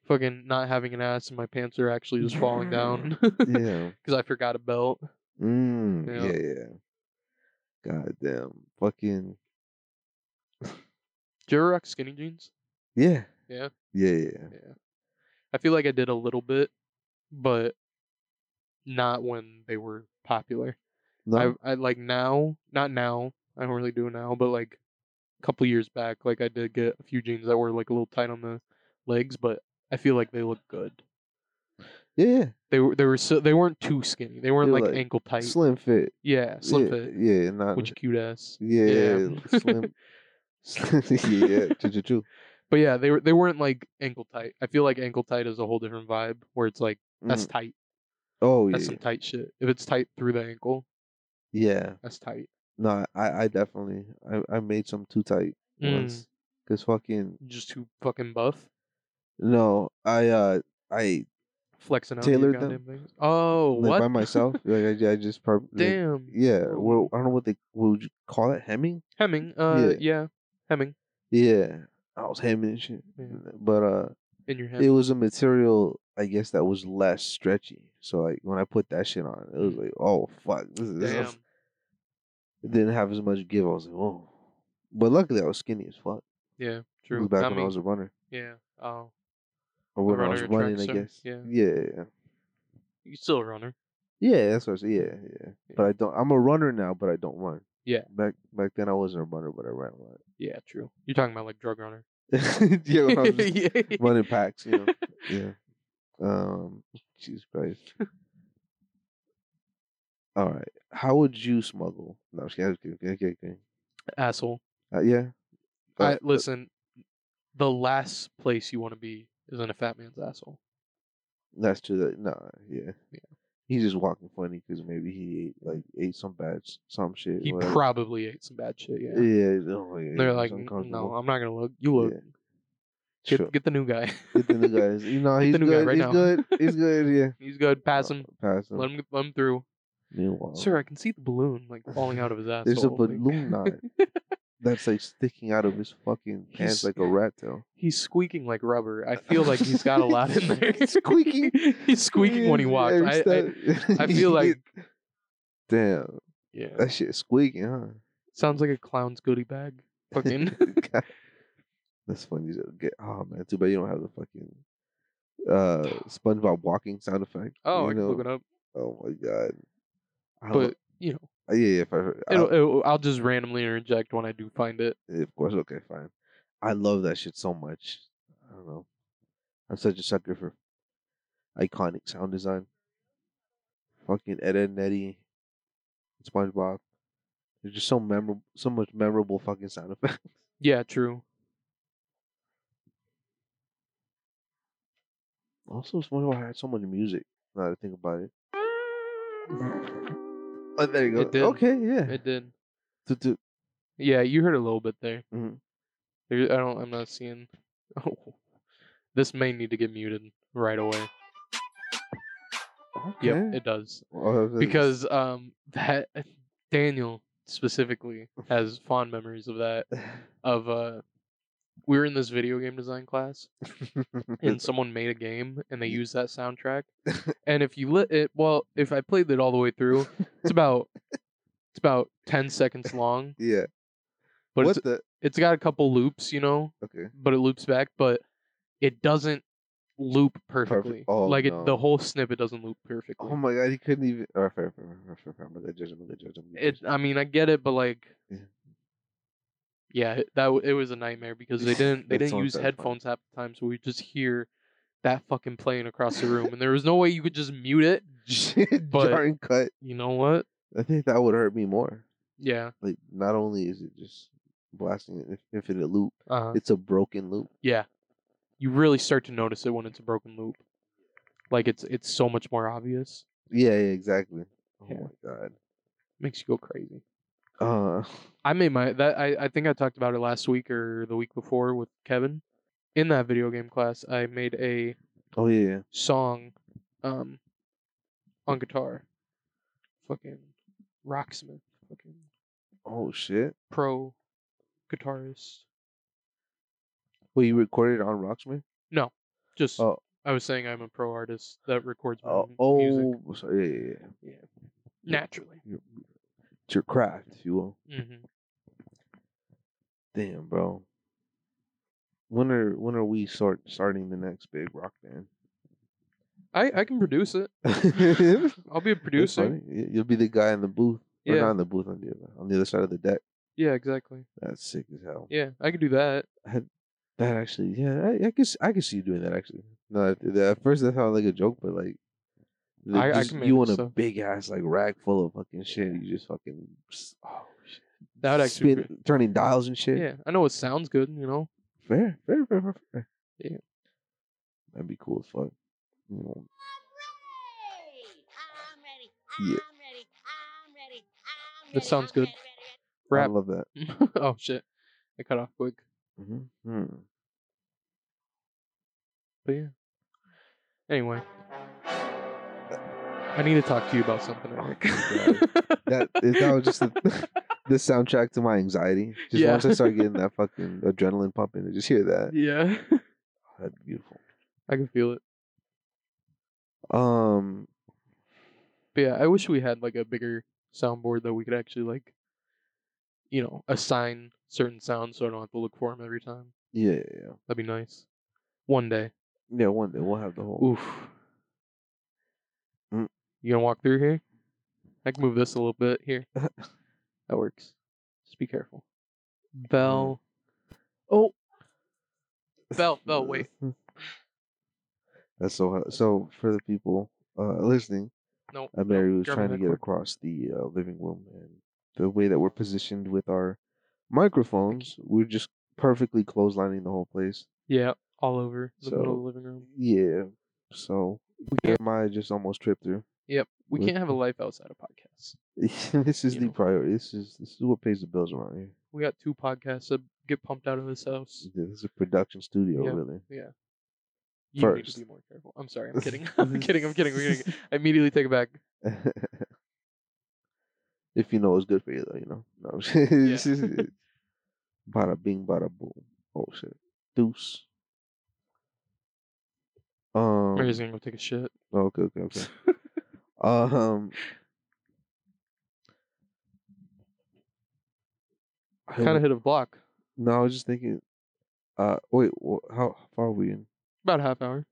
Speaker 2: fucking not having an ass, and my pants are actually just falling down because
Speaker 3: Yeah.
Speaker 2: I forgot a belt.
Speaker 3: Mm,
Speaker 2: Yeah.
Speaker 3: yeah. yeah. God damn. Fucking
Speaker 2: Do you ever rock skinny jeans?
Speaker 3: yeah.
Speaker 2: Yeah.
Speaker 3: Yeah, yeah.
Speaker 2: Yeah, I feel like I did a little bit, but not when they were popular.
Speaker 3: No.
Speaker 2: I I like now, not now. I don't really do it now, but like a couple years back, like I did get a few jeans that were like a little tight on the legs, but I feel like they look good.
Speaker 3: yeah,
Speaker 2: They were they were so they weren't too skinny. They weren't
Speaker 3: They were,
Speaker 2: like,
Speaker 3: like,
Speaker 2: ankle
Speaker 3: yeah.
Speaker 2: tight.
Speaker 3: Slim fit.
Speaker 2: yeah, slim
Speaker 3: yeah,
Speaker 2: fit.
Speaker 3: Yeah, not
Speaker 2: Which cute ass.
Speaker 3: yeah,
Speaker 2: yeah.
Speaker 3: yeah, slim. slim- yeah, true, true, true.
Speaker 2: But yeah, they were they weren't like ankle tight. I feel like ankle tight is a whole different vibe where it's like that's
Speaker 3: Mm,
Speaker 2: tight.
Speaker 3: Oh
Speaker 2: That's
Speaker 3: yeah,
Speaker 2: some tight shit. If it's tight through the ankle,
Speaker 3: yeah.
Speaker 2: that's tight.
Speaker 3: No, I, I definitely, I, I made some too tight
Speaker 2: Mm.
Speaker 3: once. Cause fucking
Speaker 2: Just too fucking buff.
Speaker 3: no, I uh, I
Speaker 2: Flexing out
Speaker 3: Tailored
Speaker 2: your
Speaker 3: them.
Speaker 2: goddamn things. Oh,
Speaker 3: like
Speaker 2: what?
Speaker 3: by myself, like I, I just probably
Speaker 2: Damn.
Speaker 3: yeah.
Speaker 2: Oh.
Speaker 3: Well, I don't know what they what would you call it hemming.
Speaker 2: Hemming. Uh,
Speaker 3: Yeah.
Speaker 2: yeah. Hemming
Speaker 3: Yeah, I was hemming and shit.
Speaker 2: Yeah.
Speaker 3: But uh,
Speaker 2: in your
Speaker 3: it
Speaker 2: hem.
Speaker 3: was a material I guess that was less stretchy. So like when I put that shit on, it was like oh fuck, this is, this is
Speaker 2: Mm.
Speaker 3: a
Speaker 2: Damn.
Speaker 3: f- it didn't have as much give. I was like oh, but luckily I was skinny as fuck.
Speaker 2: Yeah.
Speaker 3: It
Speaker 2: True.
Speaker 3: was back
Speaker 2: Not
Speaker 3: when
Speaker 2: me.
Speaker 3: I was a runner
Speaker 2: Yeah. Oh,
Speaker 3: or when I
Speaker 2: runner,
Speaker 3: was
Speaker 2: a track
Speaker 3: running. I
Speaker 2: star,
Speaker 3: guess
Speaker 2: yeah.
Speaker 3: yeah, yeah. yeah.
Speaker 2: you still a runner.
Speaker 3: Yeah, that's what I said. Yeah, yeah. But I don't. I'm a runner now, but I don't run.
Speaker 2: Yeah.
Speaker 3: Back back then, I wasn't a runner, but I ran a lot.
Speaker 2: Yeah. True. You're talking about like drug runner.
Speaker 3: yeah, when I was just
Speaker 2: Yeah.
Speaker 3: running packs. You know. Yeah. Um. Jesus Christ. All right. How would you smuggle? No, I'm just kidding. I'm just kidding, okay, okay.
Speaker 2: Asshole.
Speaker 3: Uh, yeah.
Speaker 2: I
Speaker 3: But-
Speaker 2: listen. The last place you want to be is in a fat man's asshole.
Speaker 3: That's true. That no. yeah.
Speaker 2: Yeah.
Speaker 3: He's just walking funny because maybe he ate like ate some bad s- some shit.
Speaker 2: He
Speaker 3: whatever.
Speaker 2: probably ate some bad shit. Yeah.
Speaker 3: yeah. yeah, oh, yeah,
Speaker 2: They're
Speaker 3: it's
Speaker 2: like, "N-
Speaker 3: uncomfortable.
Speaker 2: no, I'm not gonna look. You look.
Speaker 3: Yeah.
Speaker 2: Get,
Speaker 3: Sure.
Speaker 2: get the new guy.
Speaker 3: Get the new guys. You know,
Speaker 2: Get
Speaker 3: he's
Speaker 2: the new guy
Speaker 3: good.
Speaker 2: right
Speaker 3: he's
Speaker 2: now.
Speaker 3: good. He's good. Yeah.
Speaker 2: He's good. Pass
Speaker 3: Uh,
Speaker 2: him.
Speaker 3: Pass him.
Speaker 2: Let him. Let him through.
Speaker 3: Meanwhile,
Speaker 2: Sir, I can see the balloon like falling out of his asshole.
Speaker 3: Oh. there's a
Speaker 2: like-
Speaker 3: balloon knot that's like sticking out of his fucking pants
Speaker 2: He's-
Speaker 3: like a rat tail.
Speaker 2: He's squeaking like rubber. I feel like he's got a lot in there.
Speaker 3: He's squeaking.
Speaker 2: he's squeaking when he
Speaker 3: Every
Speaker 2: walks. I, I,
Speaker 3: step-
Speaker 2: I feel like
Speaker 3: damn,
Speaker 2: yeah.
Speaker 3: that shit squeaking, huh?
Speaker 2: Sounds like a clown's goodie bag. Fucking
Speaker 3: God. That's funny. as hell. Get oh man, too bad you don't have the fucking uh SpongeBob walking sound effect.
Speaker 2: oh,
Speaker 3: you
Speaker 2: I can
Speaker 3: know?
Speaker 2: look it up.
Speaker 3: Oh my god. I lo-
Speaker 2: But you know,
Speaker 3: Uh, yeah, yeah, if I, heard- I-
Speaker 2: it'll, it'll, I'll just randomly interject when I do find it.
Speaker 3: Yeah, Of course, okay, fine. I love that shit so much. I don't know. I'm such a sucker for iconic sound design. Fucking Ed, Ed and Eddie, SpongeBob. There's just so memorable, so much memorable fucking sound effects.
Speaker 2: Yeah, true.
Speaker 3: Also, SpongeBob had so much music. Now that I think about it. Oh, there you go.
Speaker 2: It did.
Speaker 3: Okay, yeah.
Speaker 2: It did.
Speaker 3: Toot, toot.
Speaker 2: Yeah, you heard a little bit there.
Speaker 3: Mhm.
Speaker 2: There- I don't. I'm not seeing. Oh, this may need to get muted right away. Yep,
Speaker 3: Okay.
Speaker 2: it does.
Speaker 3: Well, that was-
Speaker 2: because um that Daniel specifically has fond memories of that of uh we were in this video game design class and someone made a game and they used that soundtrack and if you lit it well if I played it all the way through it's about it's about 10 seconds long
Speaker 3: yeah.
Speaker 2: but
Speaker 3: what
Speaker 2: it's,
Speaker 3: the?
Speaker 2: it's got a couple loops you know
Speaker 3: Okay.
Speaker 2: but it loops back but it doesn't loop perfectly
Speaker 3: Oh,
Speaker 2: like
Speaker 3: no.
Speaker 2: it, the whole snippet doesn't loop perfectly
Speaker 3: Oh my god, he couldn't even. Oh, fair, fair, fair, fair, fair. I'm gonna judge him. I'm gonna judge him. I'm gonna
Speaker 2: it
Speaker 3: judge
Speaker 2: i mean i get it but like
Speaker 3: Yeah.
Speaker 2: yeah it- that w- it was a nightmare because they didn't they
Speaker 3: That
Speaker 2: didn't
Speaker 3: sounds
Speaker 2: use
Speaker 3: terrifying.
Speaker 2: headphones half the time so we just hear that fucking playing across the room and there was no way you could just mute it
Speaker 3: him.
Speaker 2: but-
Speaker 3: Jar and cut.
Speaker 2: you know what
Speaker 3: I think that would hurt me more.
Speaker 2: yeah
Speaker 3: Like, not only is it just blasting an infinite loop,
Speaker 2: uh
Speaker 3: it's a broken loop.
Speaker 2: yeah you really start to notice it when it's a broken loop like it's it's so much more obvious
Speaker 3: Yeah, yeah, exactly. Oh
Speaker 2: Yeah.
Speaker 3: my god.
Speaker 2: makes you go crazy
Speaker 3: Uh,
Speaker 2: I made my that I, I think I talked about it last week or the week before with Kevin. In that video game class, I made a
Speaker 3: oh yeah, yeah.
Speaker 2: song um on guitar. Fucking rocksmith. Fucking
Speaker 3: Oh shit!
Speaker 2: pro guitarist.
Speaker 3: Well, you recorded it on Rocksmith.
Speaker 2: Just
Speaker 3: Oh.
Speaker 2: I was saying I'm a pro artist that records my
Speaker 3: Oh,
Speaker 2: own Mm-hmm. music
Speaker 3: oh, so- yeah, yeah, yeah.
Speaker 2: naturally.
Speaker 3: Your- It's your craft, if you will.
Speaker 2: hmm
Speaker 3: Damn, bro. When are when are we start starting the next big rock band?
Speaker 2: I I can produce it.
Speaker 3: That's
Speaker 2: I'll be a producer.
Speaker 3: funny. Y- You'll be the guy in the booth, or
Speaker 2: Yeah.
Speaker 3: not in the booth on the other, on the other side of the deck.
Speaker 2: Yeah, exactly.
Speaker 3: That's sick as hell.
Speaker 2: Yeah, I could do that.
Speaker 3: That actually, yeah, I, I guess I could see you doing that actually. No, at- at at first that sounded like a joke, but like, the-
Speaker 2: I- I
Speaker 3: just-
Speaker 2: can
Speaker 3: you
Speaker 2: manage
Speaker 3: want a
Speaker 2: stuff.
Speaker 3: big ass like rack full of fucking shit. You just fucking s-
Speaker 2: Oh shit. That would actually.
Speaker 3: spin, turning dials and shit.
Speaker 2: be- yeah, I know it sounds good. You know.
Speaker 3: fair, fair, fair, fair, fair.
Speaker 2: Yeah.
Speaker 3: that'd be cool as fuck. You know,
Speaker 4: I'm ready.
Speaker 3: Yeah.
Speaker 4: I'm ready. I'm ready. I'm
Speaker 2: That
Speaker 4: ready.
Speaker 2: sounds
Speaker 4: I'm
Speaker 2: good.
Speaker 4: ready, ready, ready.
Speaker 3: I
Speaker 2: Rap.
Speaker 3: love that.
Speaker 2: oh shit. I cut off quick.
Speaker 3: hmm Hmm.
Speaker 2: But yeah. Anyway. I need to talk to you about something, Eric.
Speaker 3: That if that was just the, the soundtrack to my anxiety. Just
Speaker 2: Yeah.
Speaker 3: once I start getting that fucking adrenaline pumping, I just hear that.
Speaker 2: yeah.
Speaker 3: That'd be beautiful.
Speaker 2: I can feel it.
Speaker 3: Um,
Speaker 2: But yeah, I wish we had like a bigger soundboard that we could actually like you know, assign certain sounds so I don't have to look for them every time.
Speaker 3: yeah, yeah, yeah.
Speaker 2: That'd be nice. One day.
Speaker 3: Yeah, one day we'll have the whole.
Speaker 2: Oof.
Speaker 3: Mm.
Speaker 2: You gonna walk through here? I can move this a little bit here. that works. Just be careful. Bell.
Speaker 3: Mm.
Speaker 2: Oh. Bell, Bell, wait.
Speaker 3: That's so. So for the people uh, listening,
Speaker 2: No.
Speaker 3: uh,
Speaker 2: no,
Speaker 3: Mary was
Speaker 2: grab my
Speaker 3: trying to get
Speaker 2: backboard.
Speaker 3: across the uh, living room and the way that we're positioned with our microphones, we're just perfectly clotheslining the whole place.
Speaker 2: Yeah, all over the middle of
Speaker 3: So-
Speaker 2: the living room.
Speaker 3: Yeah. So Jeremiah just almost tripped her.
Speaker 2: Yep. We
Speaker 3: With-
Speaker 2: can't have a life outside of podcasts.
Speaker 3: this is
Speaker 2: You
Speaker 3: the
Speaker 2: know.
Speaker 3: priority. This is this is what pays the bills around here.
Speaker 2: We got two podcasts that get pumped out of this house.
Speaker 3: Yeah, This is a production studio,
Speaker 2: Yeah.
Speaker 3: really.
Speaker 2: You need
Speaker 3: First.
Speaker 2: to be more careful. I'm sorry. I'm kidding. I'm kidding. I'm kidding. We're gonna get- I immediately take it back.
Speaker 3: if you know what's good for you, though, you know. No, I'm just- bada bing, bada boom. Oh shit, deuce. Um. oh,
Speaker 2: Mary's gonna go take a shit.
Speaker 3: Okay, okay, okay. um. I
Speaker 2: Kind of
Speaker 3: don't-
Speaker 2: hit a block.
Speaker 3: No, I was just thinking. Uh, wait, wh- how far are we in?
Speaker 2: About a half hour.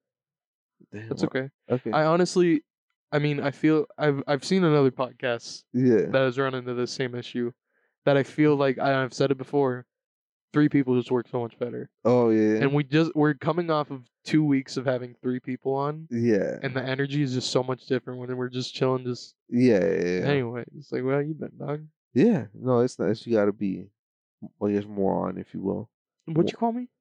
Speaker 3: Damn,
Speaker 2: That's
Speaker 3: I-
Speaker 2: okay.
Speaker 3: Okay.
Speaker 2: I honestly, I mean, I feel I've I've seen another podcast
Speaker 3: yeah.
Speaker 2: that has run into the same issue, that I feel like I, I've said it before. Three people just work so much better,
Speaker 3: oh yeah.
Speaker 2: and we just we're coming off of two weeks of having three people on,
Speaker 3: yeah.
Speaker 2: and the energy is just so much different when we're just chilling. Just
Speaker 3: yeah. Yeah. Yeah.
Speaker 2: anyway, it's like, well, you been dog.
Speaker 3: Yeah, No, it's nice. You gotta be, well, yes, moron, if you will.
Speaker 2: What'd
Speaker 3: Wha-
Speaker 2: you call me?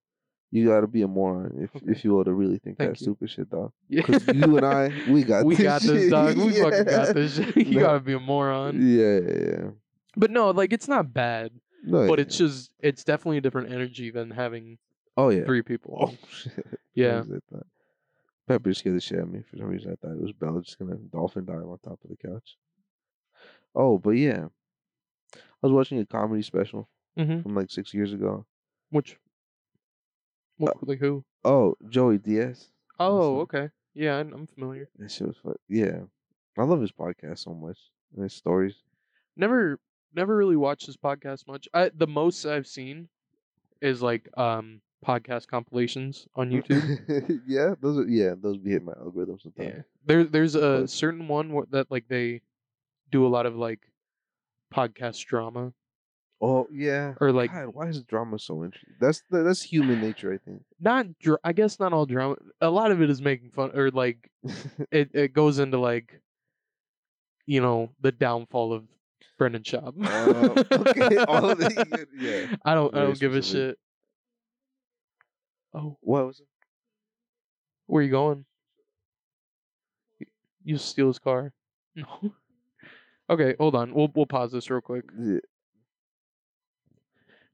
Speaker 3: You gotta be a moron, if
Speaker 2: Okay.
Speaker 3: if you will, to really think
Speaker 2: Thank
Speaker 3: that
Speaker 2: you.
Speaker 3: stupid shit, dog.
Speaker 2: Yeah.
Speaker 3: Because you and I, we got
Speaker 2: we
Speaker 3: this
Speaker 2: got this
Speaker 3: shit.
Speaker 2: dog. We fucking
Speaker 3: Yeah.
Speaker 2: got this. Shit. You
Speaker 3: No.
Speaker 2: gotta be a moron.
Speaker 3: Yeah, yeah, yeah.
Speaker 2: But no, like it's not bad.
Speaker 3: No,
Speaker 2: But
Speaker 3: yeah.
Speaker 2: it's just it's definitely a different energy than having
Speaker 3: oh yeah.
Speaker 2: three people.
Speaker 3: Oh shit.
Speaker 2: Yeah.
Speaker 3: I thought. Pepper scared the shit out of me for some reason. I thought it was Bella just gonna dolphin dive on top of the couch. Oh, but yeah, I was watching a comedy special
Speaker 2: Mm-hmm.
Speaker 3: from like six years ago.
Speaker 2: Which,
Speaker 3: Uh,
Speaker 2: what, like who?
Speaker 3: Oh, Joey Diaz.
Speaker 2: Oh,
Speaker 3: so-
Speaker 2: okay. Yeah, I'm I'm familiar.
Speaker 3: That shit was fun. Yeah, I love his podcast so much and his stories.
Speaker 2: Never, never really watched this podcast much. I the most I've seen is like um podcast compilations on YouTube.
Speaker 3: yeah, those are yeah those be hitting my algorithm sometimes.
Speaker 2: yeah, there there's a
Speaker 3: But-
Speaker 2: certain one wh- that like they do a lot of like podcast drama
Speaker 3: Oh yeah.
Speaker 2: or like
Speaker 3: God, why is drama so interesting? That's that's human nature, I think.
Speaker 2: not dr- I guess not all drama. A lot of it is making fun or like it it goes into like you know the downfall of Brendan Schaub.
Speaker 3: Uh, okay, all of it, yeah.
Speaker 2: I don't I
Speaker 3: Very
Speaker 2: don't give a shit.
Speaker 3: specific.
Speaker 2: Oh,
Speaker 3: what was it?
Speaker 2: where you going? Y- You steal his car? No. Okay, hold on. We'll we'll pause this real quick.
Speaker 3: Yeah.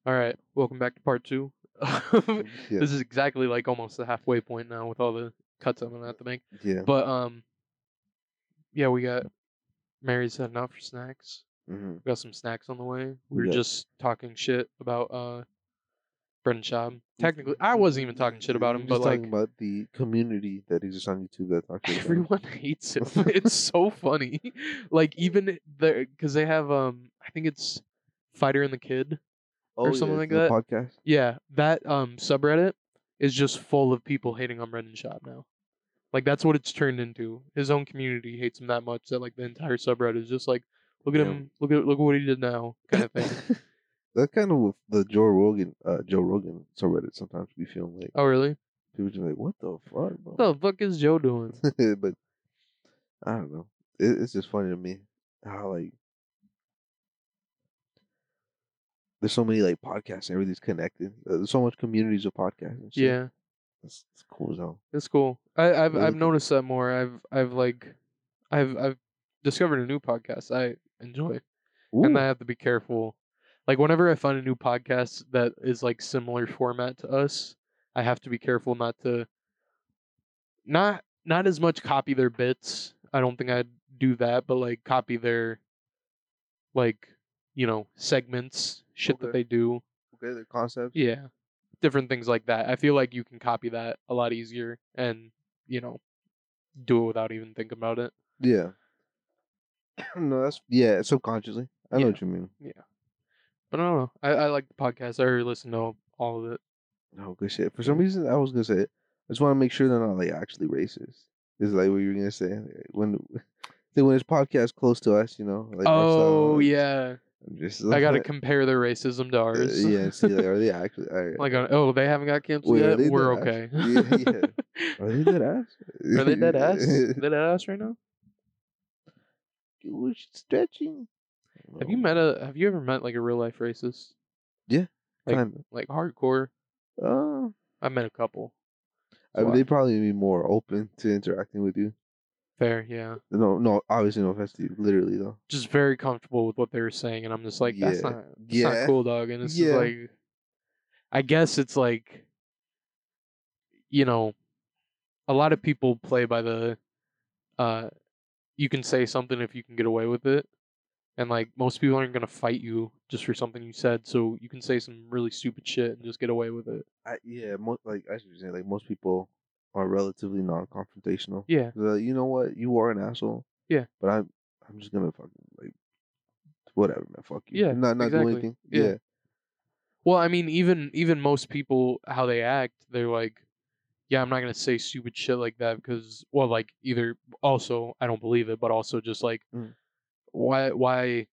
Speaker 2: All right, welcome back to part two.
Speaker 3: Yeah.
Speaker 2: This is exactly like almost the halfway point now with all the cuts I'm gonna have to make.
Speaker 3: yeah.
Speaker 2: But um, yeah, we got Mary setting out for snacks.
Speaker 3: hmm
Speaker 2: We got some snacks on the way.
Speaker 3: We
Speaker 2: We were
Speaker 3: got-
Speaker 2: just talking shit about uh Brendan Schaub. Technically, I wasn't even talking shit about him,
Speaker 3: Mm,
Speaker 2: but
Speaker 3: Just
Speaker 2: like
Speaker 3: talking about the community that exists on YouTube that talks shit about him.
Speaker 2: everyone hates him. it's so funny. Like even the because they have um I think it's Fighter and the Kid.
Speaker 3: Oh,
Speaker 2: something like
Speaker 3: the
Speaker 2: that.
Speaker 3: Podcast.
Speaker 2: Yeah, that um subreddit is just full of people hating on Brendan Schaub now. Like that's what it's turned into. His own community hates him that much that like the entire subreddit is just like, look at
Speaker 3: Yeah.
Speaker 2: him, look at look at what he did now, kind of thing.
Speaker 3: That's kind of what the Joe Rogan, uh, Joe Rogan subreddit. Sometimes we feel like
Speaker 2: oh really?
Speaker 3: people just like, what the fuck, bro?
Speaker 2: What the fuck is Joe doing?
Speaker 3: but I don't know. It, it's just funny to me how like there's so many like podcasts and everything's connected. Uh, There's so much communities of podcasts. And shit.
Speaker 2: yeah.
Speaker 3: it's, it's cool as hell.
Speaker 2: It's cool. I, I've
Speaker 3: Really
Speaker 2: I've
Speaker 3: cool.
Speaker 2: noticed that more. I've I've like, I've I've discovered a new podcast I enjoy,
Speaker 3: Ooh,
Speaker 2: and I have to be careful. Like whenever I find a new podcast that is like similar format to us, I have to be careful not to, not not as much copy their bits. I don't think I'd do that, but like copy their, like you know segments, shit that
Speaker 3: Okay.
Speaker 2: they do.
Speaker 3: okay, the concepts.
Speaker 2: Yeah. Different things like that. I feel like you can copy that a lot easier and, you know, do it without even thinking about it.
Speaker 3: Yeah. no, that's yeah, subconsciously. I know
Speaker 2: Yeah.
Speaker 3: what you mean.
Speaker 2: But I don't know. I, I like the podcast. I already listen to all of it.
Speaker 3: No, Oh, good shit. For some reason, I was gonna say, I just want to make sure they're not like actually racist. Is like what you were gonna say like, when they when it's podcast close to us, you know? Like our style,
Speaker 2: oh,
Speaker 3: like,
Speaker 2: yeah.
Speaker 3: I'm just
Speaker 2: I got to
Speaker 3: like,
Speaker 2: compare their racism to
Speaker 3: uh,
Speaker 2: ours.
Speaker 3: yeah, see, like, are they actually? Are,
Speaker 2: like, on, oh, they haven't got canceled
Speaker 3: Wait, are they
Speaker 2: yet? We're
Speaker 3: dead
Speaker 2: okay.
Speaker 3: ass? Yeah, are they dead ass?
Speaker 2: Are they dead ass? They dead ass right now?
Speaker 3: It was stretching.
Speaker 2: Have you met a? Have you ever met like a real life racist? like-
Speaker 3: Kind
Speaker 2: Like hardcore?
Speaker 3: of.
Speaker 2: I met a couple.
Speaker 3: Uh, I mean,
Speaker 2: Why?
Speaker 3: they'd probably be more open to interacting with you.
Speaker 2: Fair, yeah.
Speaker 3: No, no, obviously no offense to you. Literally though.
Speaker 2: just very comfortable with what they were saying, and I'm just like, that's
Speaker 3: Yeah.
Speaker 2: not, that's not
Speaker 3: Yeah.
Speaker 2: cool, dog. And it's just
Speaker 3: Yeah.
Speaker 2: like, I guess it's like, you know, a lot of people play by the, uh, you can say something if you can get away with it, and like most people aren't gonna fight you just for something you said, so you can say some really stupid shit and just get away with it.
Speaker 3: I, yeah, most like I should say, like most people are relatively non-confrontational.
Speaker 2: Yeah,
Speaker 3: They're like, you know what? You are an asshole.
Speaker 2: Yeah.
Speaker 3: But I'm, I'm just gonna fucking like, whatever, man. Fuck you.
Speaker 2: Yeah,
Speaker 3: Not, not
Speaker 2: exactly.
Speaker 3: do anything.
Speaker 2: Yeah. Well, I mean, even even most people, how they act, they're like, "Yeah, I'm not gonna say stupid shit like that because, well, like either also I don't believe it, but also just like,
Speaker 3: Mm.
Speaker 2: why why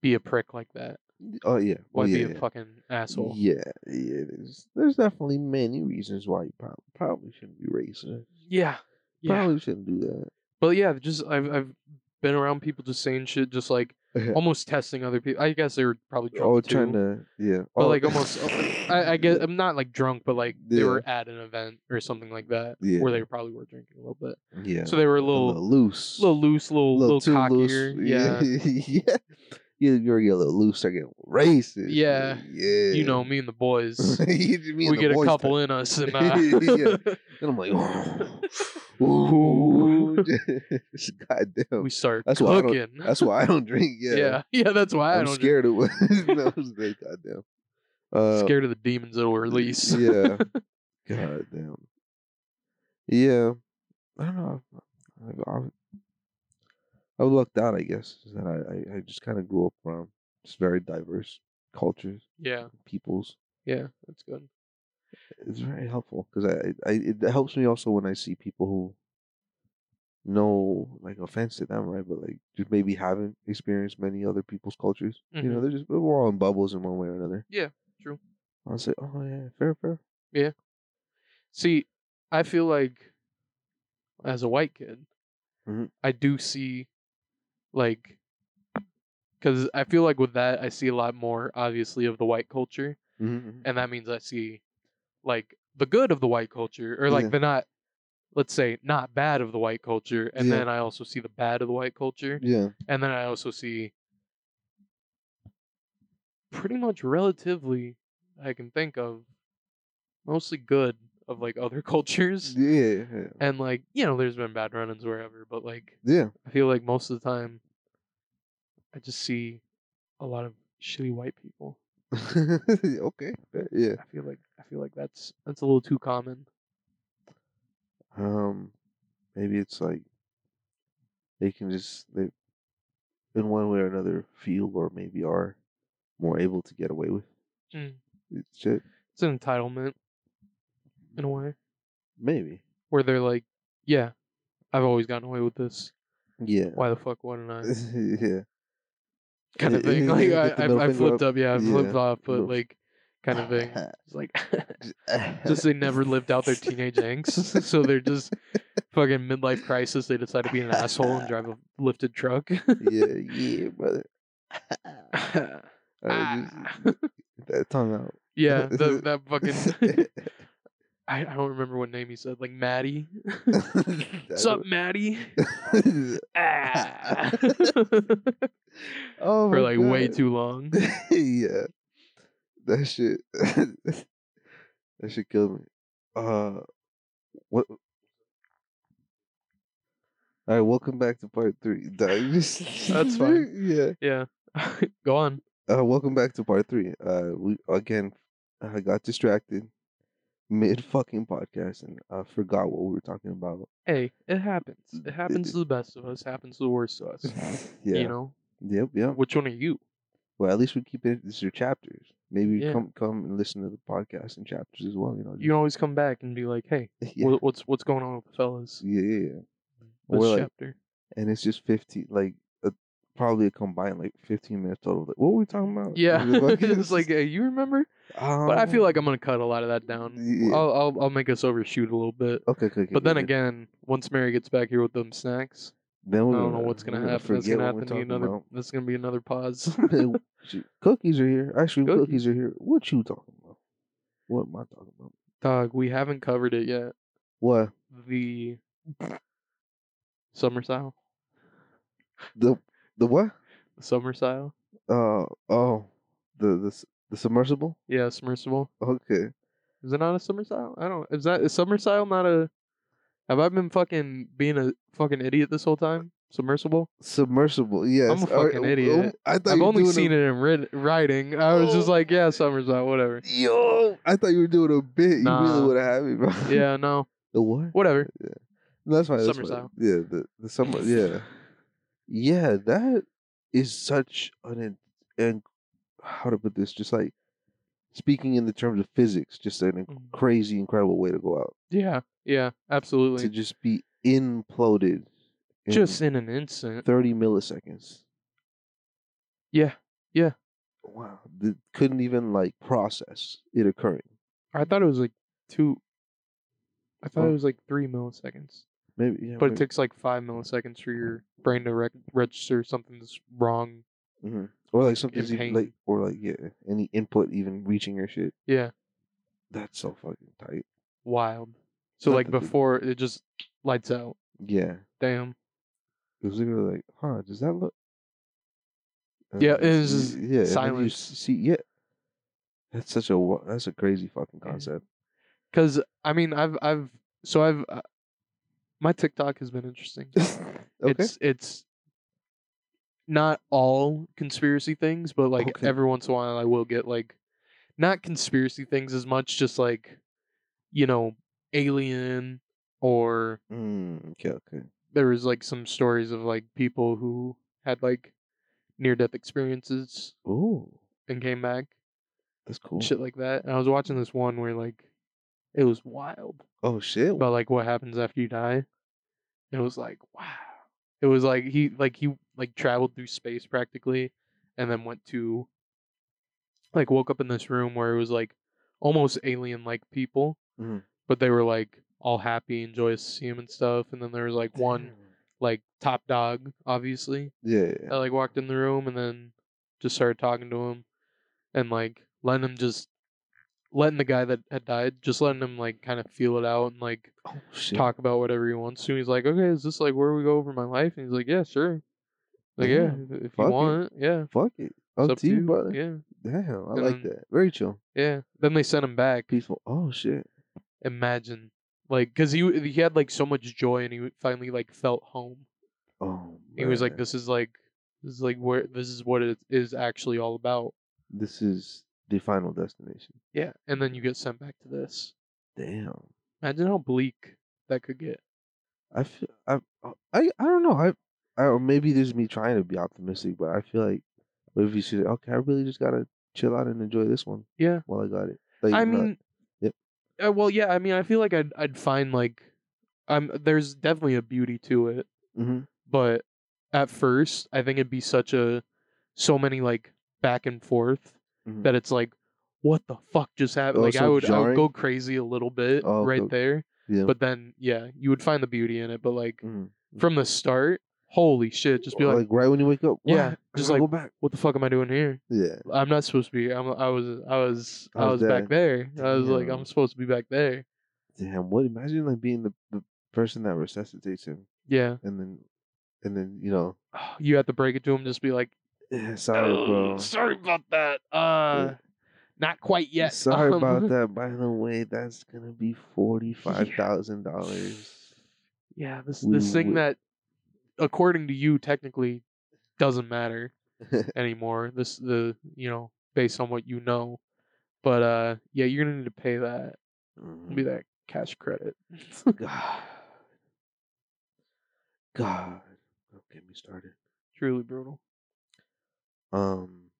Speaker 2: be a prick like that?
Speaker 3: Y- Oh yeah.
Speaker 2: Why
Speaker 3: Well,
Speaker 2: be
Speaker 3: yeah,
Speaker 2: a
Speaker 3: yeah.
Speaker 2: fucking asshole?
Speaker 3: Yeah, yeah. There's, there's definitely many reasons why you probably, probably shouldn't be racist.
Speaker 2: Yeah, yeah.
Speaker 3: Probably shouldn't do that.
Speaker 2: But yeah, just I've I've been around people just saying shit, just like almost testing other people. I guess they were probably drunk
Speaker 3: oh,
Speaker 2: too.
Speaker 3: trying to yeah.
Speaker 2: But
Speaker 3: oh.
Speaker 2: like almost, uh, I, I guess I'm not like drunk, but like they
Speaker 3: Yeah.
Speaker 2: were at an event or something like that,
Speaker 3: Yeah.
Speaker 2: where they probably were drinking a little bit.
Speaker 3: yeah.
Speaker 2: So they were a
Speaker 3: a
Speaker 2: little, little,
Speaker 3: loose.
Speaker 2: loose, little, little, cockier. Yeah.
Speaker 3: yeah. You, you're getting a little loose. I get racist.
Speaker 2: Yeah.
Speaker 3: yeah.
Speaker 2: you know, me and the boys,
Speaker 3: You just mean
Speaker 2: we
Speaker 3: the
Speaker 2: get a
Speaker 3: boys
Speaker 2: couple
Speaker 3: type.
Speaker 2: in us, and,
Speaker 3: Yeah.
Speaker 2: uh,
Speaker 3: And I'm like, ooh, goddamn.
Speaker 2: we start
Speaker 3: That's why I don't-
Speaker 2: cooking.
Speaker 3: that's why I don't drink. Yeah,
Speaker 2: yeah. yeah, that's why I
Speaker 3: I'm
Speaker 2: don't. drink.
Speaker 3: scared of what. no, it's like, goddamn. Uh,
Speaker 2: scared of the demons it'll release.
Speaker 3: yeah. Goddamn. Yeah. I don't know. I, I, I lucked out, I guess. is That I, I, I just kind of grew up around just very diverse cultures,
Speaker 2: yeah,
Speaker 3: peoples.
Speaker 2: yeah, that's good.
Speaker 3: it's very helpful because I, I it helps me also when I see people who no like offense to them, right? But like just maybe haven't experienced many other people's cultures. You know,
Speaker 2: Mhm.
Speaker 3: they're just we're all in bubbles in one way or another.
Speaker 2: Yeah, true.
Speaker 3: I'll say, oh yeah, fair, fair.
Speaker 2: See, I feel like as a white kid,
Speaker 3: Mhm.
Speaker 2: I do see like because I feel like with that I see a lot more obviously of the white culture,
Speaker 3: Mm-hmm.
Speaker 2: and that means I see like the good of the white culture or like
Speaker 3: Yeah.
Speaker 2: the not let's say not bad of the white culture, and
Speaker 3: Yeah.
Speaker 2: then I also see the bad of the white culture,
Speaker 3: Yeah,
Speaker 2: and then I also see pretty much relatively I can think of mostly good of like other cultures.
Speaker 3: Yeah, yeah,
Speaker 2: And like, you know, there's been bad run ins wherever, but like
Speaker 3: yeah.
Speaker 2: I feel like most of the time I just see a lot of shitty white people.
Speaker 3: okay, fair, yeah.
Speaker 2: I feel like I feel like that's that's a little too common.
Speaker 3: Um, maybe it's like they can just they, in one way or another, feel or maybe are more able to get away with
Speaker 2: Mm.
Speaker 3: it- shit.
Speaker 2: It's an entitlement in a way.
Speaker 3: Maybe,
Speaker 2: Where they're like, Yeah, I've always gotten away with this.
Speaker 3: yeah,
Speaker 2: Why the fuck wouldn't I?
Speaker 3: yeah.
Speaker 2: kind of
Speaker 3: Yeah,
Speaker 2: thing.
Speaker 3: yeah,
Speaker 2: Like
Speaker 3: yeah,
Speaker 2: I,
Speaker 3: get the
Speaker 2: I,
Speaker 3: middle
Speaker 2: I
Speaker 3: finger
Speaker 2: flipped
Speaker 3: up.
Speaker 2: up, yeah, I
Speaker 3: Yeah,
Speaker 2: flipped off, but
Speaker 3: middle-
Speaker 2: like kind of thing. It's like just they never lived out their teenage angst, so they're just fucking midlife crisis. They decide to be an asshole and drive a lifted truck.
Speaker 3: yeah, yeah, brother. I just-
Speaker 2: Ah.
Speaker 3: that tongue out.
Speaker 2: yeah, the, that fucking. I, I don't remember what name he said. Like Maddie. What's up, Maddie? Ah.
Speaker 3: oh,
Speaker 2: For
Speaker 3: my
Speaker 2: like way
Speaker 3: God.
Speaker 2: too long.
Speaker 3: yeah. That shit that shit killed me. Uh what Alright, welcome back to part three. That's
Speaker 2: That's fine.
Speaker 3: Yeah.
Speaker 2: Yeah. Go on.
Speaker 3: Uh welcome back to part three. Uh we again I got distracted mid fucking podcast and I forgot what we were talking about.
Speaker 2: Hey, it happens. It
Speaker 3: It-
Speaker 2: happens to the best of us. Happens to the worst of us.
Speaker 3: yeah.
Speaker 2: You know,
Speaker 3: Yep, yep.
Speaker 2: which one are you?
Speaker 3: Well at least we keep it this is your chapters. Maybe
Speaker 2: Yeah.
Speaker 3: come come and listen to the podcast and chapters as well, you know.
Speaker 2: You can always come back and be like, "Hey,
Speaker 3: just-
Speaker 2: wha- what's what's going on with the fellas
Speaker 3: yeah, yeah, yeah.
Speaker 2: this
Speaker 3: Mm. Or, like,
Speaker 2: chapter?"
Speaker 3: and it's just 15 like a, probably a combined like 15 minutes total like, what were we talking about
Speaker 2: Yeah,
Speaker 3: Is it uh, like-
Speaker 2: it's like, "Hey, you remember?"
Speaker 3: um,
Speaker 2: But I feel like I'm gonna cut a lot of that down.
Speaker 3: yeah.
Speaker 2: I'll I'll, I'll make us overshoot a little bit.
Speaker 3: okay, okay, okay,
Speaker 2: But then
Speaker 3: okay.
Speaker 2: again, once Mary gets back here with them snacks,
Speaker 3: then
Speaker 2: I
Speaker 3: we're
Speaker 2: don't know what's gonna
Speaker 3: Oh, we're
Speaker 2: happen. That's gonna
Speaker 3: forget what
Speaker 2: happen
Speaker 3: we're
Speaker 2: to be
Speaker 3: talking
Speaker 2: another. That's gonna be another pause.
Speaker 3: about. Shoot, cookies are here ice cream cookies.
Speaker 2: Cookies.
Speaker 3: are here what you talking about what am i talking about
Speaker 2: Dog, we haven't covered it yet.
Speaker 3: what
Speaker 2: The summer style,
Speaker 3: the the what
Speaker 2: summer style,
Speaker 3: uh oh the the s- the submersible
Speaker 2: yeah, submersible.
Speaker 3: okay
Speaker 2: Is it not a summer style? I don't. Is that is summer style not a? Have I been fucking being a fucking idiot this whole time? Submersible.
Speaker 3: submersible yes
Speaker 2: a
Speaker 3: all right,
Speaker 2: fucking
Speaker 3: um,
Speaker 2: idiot.
Speaker 3: um, i thought
Speaker 2: I've
Speaker 3: you were
Speaker 2: only
Speaker 3: doing
Speaker 2: seen
Speaker 3: a,
Speaker 2: it in writ- writing. I was just
Speaker 3: Oh.
Speaker 2: like, yeah, summer style, whatever.
Speaker 3: yo i thought you were doing a bit you really
Speaker 2: Nah.
Speaker 3: would have had me bro
Speaker 2: Yeah, no,
Speaker 3: the what
Speaker 2: whatever.
Speaker 3: No, That's fine. That's
Speaker 2: Summer
Speaker 3: fine.
Speaker 2: style.
Speaker 3: Yeah, the, the summer. Yeah, yeah. That is such an in- and how to put this. Just like speaking in the terms of physics, just an in-
Speaker 2: Mm.
Speaker 3: crazy, incredible way to go out
Speaker 2: Yeah, yeah,
Speaker 3: to
Speaker 2: absolutely.
Speaker 3: just be imploded. In
Speaker 2: Just in an instant.
Speaker 3: thirty milliseconds.
Speaker 2: Yeah,
Speaker 3: Wow, Th- couldn't even like process it occurring.
Speaker 2: I thought it was like two. I thought
Speaker 3: Oh.
Speaker 2: it was like three milliseconds,
Speaker 3: Maybe, yeah,
Speaker 2: but it
Speaker 3: maybe-
Speaker 2: takes like five milliseconds for your brain to rec- register something's wrong.
Speaker 3: mhm. or like something
Speaker 2: in pain.
Speaker 3: like or like yeah, any input even reaching your shit.
Speaker 2: Yeah,
Speaker 3: That's so fucking tight.
Speaker 2: wild. So
Speaker 3: Not
Speaker 2: like
Speaker 3: that big.
Speaker 2: before, it just lights out.
Speaker 3: Yeah.
Speaker 2: Damn.
Speaker 3: It was literally like, huh, does that look? And
Speaker 2: Yeah,
Speaker 3: then
Speaker 2: it
Speaker 3: you
Speaker 2: was
Speaker 3: see-
Speaker 2: just
Speaker 3: yeah, and then you
Speaker 2: silence.
Speaker 3: s- see, yeah, that's such a wa- that's a crazy fucking
Speaker 2: Yeah.
Speaker 3: concept.
Speaker 2: Cause I mean, I've I've so I've uh, my TikTok has been interesting.
Speaker 3: okay,
Speaker 2: It's it's not all conspiracy things, but like
Speaker 3: Okay.
Speaker 2: every once in a while, I will get like not conspiracy things as much, just like you know, alien or
Speaker 3: mm, okay, okay,
Speaker 2: there was like some stories of like people who had like near death experiences
Speaker 3: oh,
Speaker 2: and came back.
Speaker 3: that's cool.
Speaker 2: shit like that. And I was watching this one where like it was wild
Speaker 3: Oh shit,
Speaker 2: about like what happens after you die. And it was like wow. It was like he like he like traveled through space practically, and then went to like woke up in this room where it was like almost alien like people,
Speaker 3: Mhm.
Speaker 2: but they were like all happy and joyous to see him and stuff. And then there was like one
Speaker 3: Damn.
Speaker 2: like top dog obviously
Speaker 3: yeah, yeah,
Speaker 2: I like walked in the room and then just started talking to him and like letting him just letting the guy that had died just letting him like kind of feel it out and like
Speaker 3: oh shit,
Speaker 2: talk about whatever he wants to. And he's like, okay, is this like where we go over my life? And he's like, yeah, sure. Like yeah,
Speaker 3: Damn,
Speaker 2: if, if
Speaker 3: fuck
Speaker 2: you
Speaker 3: it.
Speaker 2: want, it, yeah.
Speaker 3: fuck it,
Speaker 2: It's
Speaker 3: up to you, brother.
Speaker 2: Yeah,
Speaker 3: Damn, I
Speaker 2: And then-
Speaker 3: like that. Very chill,
Speaker 2: yeah. Then they sent him back.
Speaker 3: peaceful. Oh shit,
Speaker 2: Imagine, like, because he w- he had like so much joy, and he w- finally like felt home.
Speaker 3: Oh,
Speaker 2: He was like,
Speaker 3: man.
Speaker 2: "This is like, this is like where this is what it is actually all about."
Speaker 3: This is the final destination.
Speaker 2: Yeah, and then you get sent back to this.
Speaker 3: Damn.
Speaker 2: Imagine how bleak that could get.
Speaker 3: I feel I uh, I I don't know. I, I or maybe this is me trying to be optimistic, but I feel like what if you should okay, I really just gotta chill out and enjoy this one
Speaker 2: Yeah,
Speaker 3: while I got it. Like
Speaker 2: I
Speaker 3: I'm not-
Speaker 2: mean,
Speaker 3: Yep.
Speaker 2: uh, well, yeah, I mean, I feel like I'd I'd find like, I'm there's definitely a beauty to it.
Speaker 3: Mhm.
Speaker 2: but at first i think it'd be such a so many like back and forth
Speaker 3: Mhm.
Speaker 2: that it's like what the fuck just happened
Speaker 3: Oh,
Speaker 2: like I
Speaker 3: so
Speaker 2: would, I would
Speaker 3: jarring?
Speaker 2: go crazy a little bit
Speaker 3: Oh,
Speaker 2: right
Speaker 3: okay.
Speaker 2: there
Speaker 3: yeah.
Speaker 2: but then yeah you would find the beauty in it but like
Speaker 3: Mhm.
Speaker 2: from the start holy shit just be
Speaker 3: Or,
Speaker 2: like,
Speaker 3: right when you wake up,
Speaker 2: yeah,
Speaker 3: "What? I
Speaker 2: just
Speaker 3: gotta
Speaker 2: like-
Speaker 3: go back.
Speaker 2: what the fuck am i doing here
Speaker 3: Yeah.
Speaker 2: i'm not supposed to be here. I'm, i was i was
Speaker 3: I
Speaker 2: i was
Speaker 3: was
Speaker 2: back there i was like
Speaker 3: Damn.
Speaker 2: i'm supposed to be back there
Speaker 3: Damn, what imagine like being the, the person that resuscitates him
Speaker 2: yeah
Speaker 3: and then and then, you know,
Speaker 2: you have to break it to him just be like
Speaker 3: "Eh, sorry bro.
Speaker 2: "Oh, sorry about that uh not quite yet
Speaker 3: Sorry
Speaker 2: um,
Speaker 3: about that. By the way, that's gonna be forty five thousand dollars.
Speaker 2: Yeah, this
Speaker 3: We
Speaker 2: this thing
Speaker 3: would-
Speaker 2: that, according to you, technically doesn't matter anymore. This the you know based on what you know, but uh, yeah, you're gonna need to pay that.
Speaker 3: Mm-hmm.
Speaker 2: It'll Be that cash credit.
Speaker 3: God. God. Don't get me started.
Speaker 2: Truly brutal.
Speaker 3: Um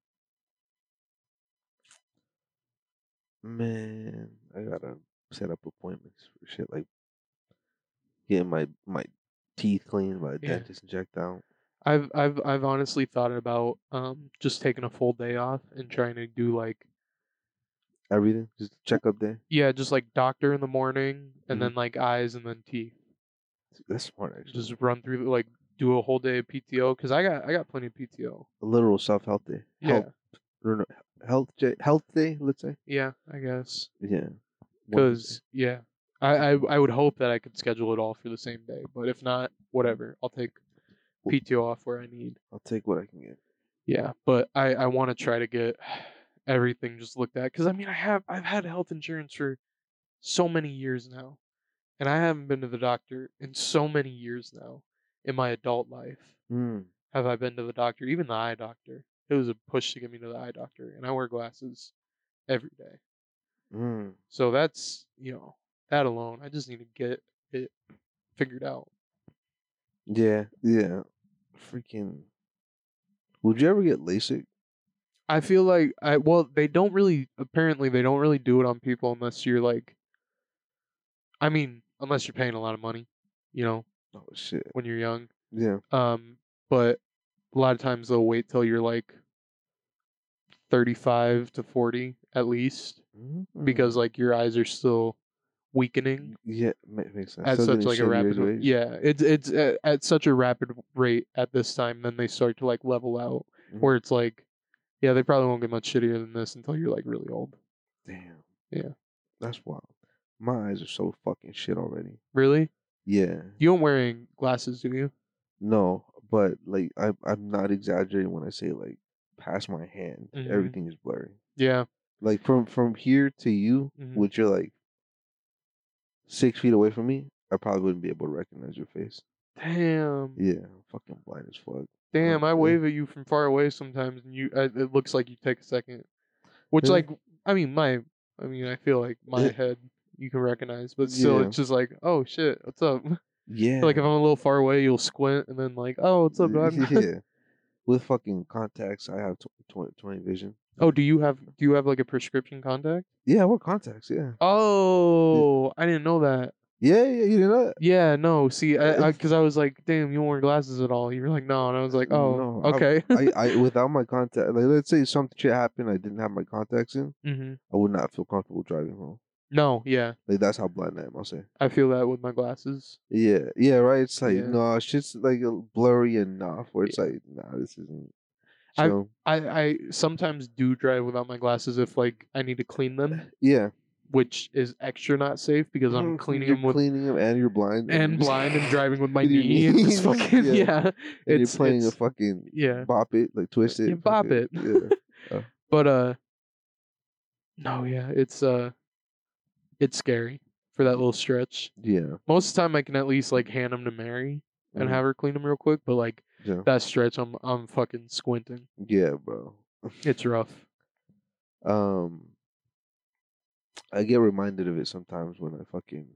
Speaker 3: Man, I gotta set up appointments for shit like getting my my teeth cleaned by a
Speaker 2: Yeah.
Speaker 3: dentist and checked out.
Speaker 2: I've I've I've honestly thought about um just taking a full day off and trying to do like
Speaker 3: Everything. Just check up there.
Speaker 2: yeah, just like doctor in the morning and
Speaker 3: Mhm.
Speaker 2: then like eyes and then teeth.
Speaker 3: That's smart actually.
Speaker 2: Just run through like do a whole day of PTO because I got I got plenty of PTO.
Speaker 3: a literal self health day.
Speaker 2: Yeah,
Speaker 3: Health, or no, health day, health day, let's say.
Speaker 2: yeah, I guess.
Speaker 3: Yeah. One day.
Speaker 2: Because yeah, I, I I would hope that I could schedule it all for the same day, but if not, whatever. I'll take
Speaker 3: Well-
Speaker 2: PTO off where I need.
Speaker 3: I'll take what I can get.
Speaker 2: Yeah, but I I want to try to get everything just looked at because I mean I have I've had health insurance for so many years now, and I haven't been to the doctor in so many years now in my adult life.
Speaker 3: Mm.
Speaker 2: Have I been to the doctor? Even the eye doctor. It was a push to get me to the eye doctor, and I wear glasses every day.
Speaker 3: Mm.
Speaker 2: So that's you know that alone. I just need to get it figured out.
Speaker 3: Yeah, yeah. Freaking. Would you ever get LASIK?
Speaker 2: I feel like I well they don't really apparently they don't really do it on people unless you're like, I mean unless you're paying a lot of money, you know
Speaker 3: Oh shit.
Speaker 2: when you're young.
Speaker 3: Yeah.
Speaker 2: Um, but a lot of times they'll wait till you're like thirty-five to forty at least
Speaker 3: Mm-hmm.
Speaker 2: because like your eyes are still weakening.
Speaker 3: Mm. yeah, ma- makes sense.
Speaker 2: at
Speaker 3: Something
Speaker 2: such
Speaker 3: to
Speaker 2: like a
Speaker 3: shave your
Speaker 2: rapid
Speaker 3: age.
Speaker 2: yeah it's it's at, at such a rapid rate at this time then they start to like level out
Speaker 3: Mhm.
Speaker 2: where it's like yeah they probably won't get much shittier than this until you're like really old
Speaker 3: Damn.
Speaker 2: Yeah.
Speaker 3: That's wild. My eyes are so fucking shit already.
Speaker 2: really
Speaker 3: Yeah.
Speaker 2: you aren't wearing glasses do you
Speaker 3: No, but like I, I'm not exaggerating when I say like past my hand,
Speaker 2: Mhm.
Speaker 3: everything is blurry.
Speaker 2: yeah
Speaker 3: Like from from here to you,
Speaker 2: Mhm.
Speaker 3: which you're like six feet away from me, I probably wouldn't be able to recognize your face.
Speaker 2: damn
Speaker 3: Yeah, I'm fucking blind as fuck.
Speaker 2: damn i
Speaker 3: yeah.
Speaker 2: wave at you from far away sometimes and you I, it looks like you take a second which
Speaker 3: Yeah.
Speaker 2: like i mean my i mean i feel like my
Speaker 3: Yeah.
Speaker 2: head you can recognize but still
Speaker 3: Yeah.
Speaker 2: it's just like oh shit what's up
Speaker 3: Yeah.
Speaker 2: like if i'm a little far away you'll squint and then like oh what's up dog?
Speaker 3: yeah. With fucking contacts, I have tw- tw- 20 vision.
Speaker 2: Oh, do you have do you have like a prescription contact?
Speaker 3: Yeah, I wear contacts. Yeah.
Speaker 2: Oh, I didn't know that.
Speaker 3: Yeah, yeah, you didn't know that?
Speaker 2: Yeah, no. See, I because I, was like, damn, you don't wear glasses at all. You were like, no, and I was like, oh,
Speaker 3: No, I-
Speaker 2: okay.
Speaker 3: I, I, without my contact, like, let's say something shit happened, I didn't have my contacts in,
Speaker 2: hmm
Speaker 3: I would not feel comfortable driving home.
Speaker 2: No, yeah,
Speaker 3: Like, that's how blind I am, I'll say.
Speaker 2: I feel that with my glasses.
Speaker 3: Yeah, yeah, right? It's like,
Speaker 2: Yeah.
Speaker 3: no, shit's like blurry enough where it's like, nah, this isn't.
Speaker 2: I've-
Speaker 3: So,
Speaker 2: I I sometimes do drive without my glasses if like I need to clean them,
Speaker 3: yeah.
Speaker 2: which is extra not safe because I'm
Speaker 3: Mm,
Speaker 2: cleaning
Speaker 3: you're
Speaker 2: them with
Speaker 3: cleaning them and you're blind.
Speaker 2: and
Speaker 3: you're just-
Speaker 2: blind and driving with my
Speaker 3: with your
Speaker 2: knee. And just
Speaker 3: knees,
Speaker 2: fucking, yeah,
Speaker 3: yeah. And
Speaker 2: it's
Speaker 3: you're playing
Speaker 2: it's,
Speaker 3: a fucking
Speaker 2: yeah.
Speaker 3: bop it, like twist it.
Speaker 2: You bop
Speaker 3: fucking-
Speaker 2: it.
Speaker 3: oh.
Speaker 2: But uh no, yeah, it's uh it's scary. for that little stretch.
Speaker 3: Yeah.
Speaker 2: Most of the time, I can at least like hand them to Mary and
Speaker 3: mhm,
Speaker 2: have her clean them real quick. But like
Speaker 3: yeah.
Speaker 2: that stretch, I'm I'm fucking squinting.
Speaker 3: Yeah, bro.
Speaker 2: It's rough.
Speaker 3: Um, I get reminded of it sometimes when I fucking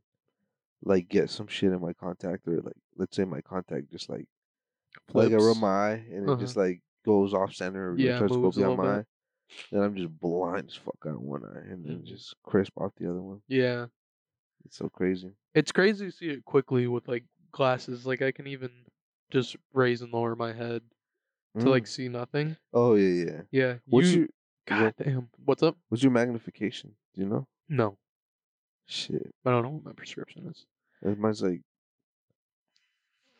Speaker 3: like get some shit in my contact or like let's say my contact just like like I rub
Speaker 2: Flips.
Speaker 3: my eye and it
Speaker 2: Uh-huh.
Speaker 3: just like goes off center or like,
Speaker 2: Yeah,
Speaker 3: tries to go
Speaker 2: moves a
Speaker 3: beyond
Speaker 2: little
Speaker 3: my
Speaker 2: bit.
Speaker 3: eye. Then I'm just blind as fuck on one eye and then
Speaker 2: Mhm.
Speaker 3: just crisp off the other one.
Speaker 2: Yeah,
Speaker 3: It's so crazy.
Speaker 2: it's crazy to see it quickly with like glasses. Like I can even just raise and lower my head to like
Speaker 3: Mm.
Speaker 2: see nothing.
Speaker 3: Oh yeah, yeah.
Speaker 2: Yeah.
Speaker 3: What's
Speaker 2: you-
Speaker 3: your
Speaker 2: God damn. What's up?
Speaker 3: what's your magnification? Do you know?
Speaker 2: No,
Speaker 3: Shit.
Speaker 2: I don't know what my prescription is.
Speaker 3: Uh, Mine's like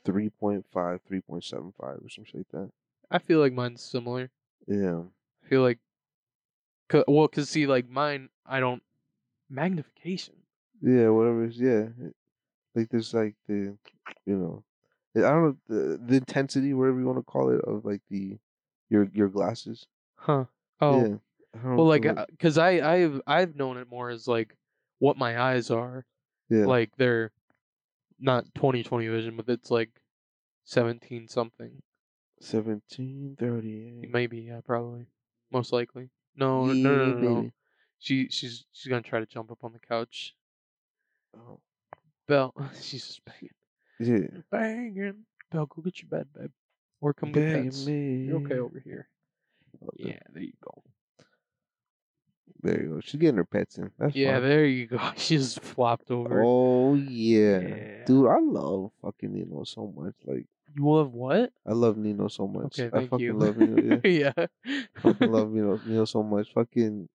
Speaker 3: 3.5, 3.75 or something like that.
Speaker 2: I feel like mine's similar.
Speaker 3: Yeah.
Speaker 2: I feel like, cause, well, cause see, like mine, I don't magnification.
Speaker 3: Yeah, whatever. it is, Yeah, It- like there's like the, you know, I don't know the, the intensity, whatever you want to call it, of like the, your your glasses.
Speaker 2: Huh. Oh.
Speaker 3: yeah. I don't
Speaker 2: Well,
Speaker 3: know,
Speaker 2: like, uh,
Speaker 3: feel
Speaker 2: because I, I've, I've known it more as like what my eyes are.
Speaker 3: yeah,
Speaker 2: Like they're not 20/20 vision, but it's like 17 something.
Speaker 3: seventeen thirty.
Speaker 2: Maybe, yeah, probably, most likely. No, no, no, no, no, no. She, she's, she's gonna try to jump up on the couch.
Speaker 3: Oh,
Speaker 2: Belle, she's just banging,
Speaker 3: yeah.
Speaker 2: banging. Belle, go get your bed, babe, or come get
Speaker 3: Bang
Speaker 2: pets.
Speaker 3: me.
Speaker 2: You're okay over here.
Speaker 3: Okay,
Speaker 2: Yeah, there you go.
Speaker 3: There you go. She's getting her pets in. That's
Speaker 2: Yeah,
Speaker 3: fine.
Speaker 2: there you go. She just flopped over.
Speaker 3: Oh yeah.
Speaker 2: Yeah.
Speaker 3: dude, I love fucking Nino so much. Like,
Speaker 2: You love what?
Speaker 3: I love Nino so much.
Speaker 2: Okay,
Speaker 3: I
Speaker 2: thank
Speaker 3: fucking
Speaker 2: you.
Speaker 3: love Nino. Yeah.
Speaker 2: yeah.
Speaker 3: fucking love Neil, Neil so much. Fucking,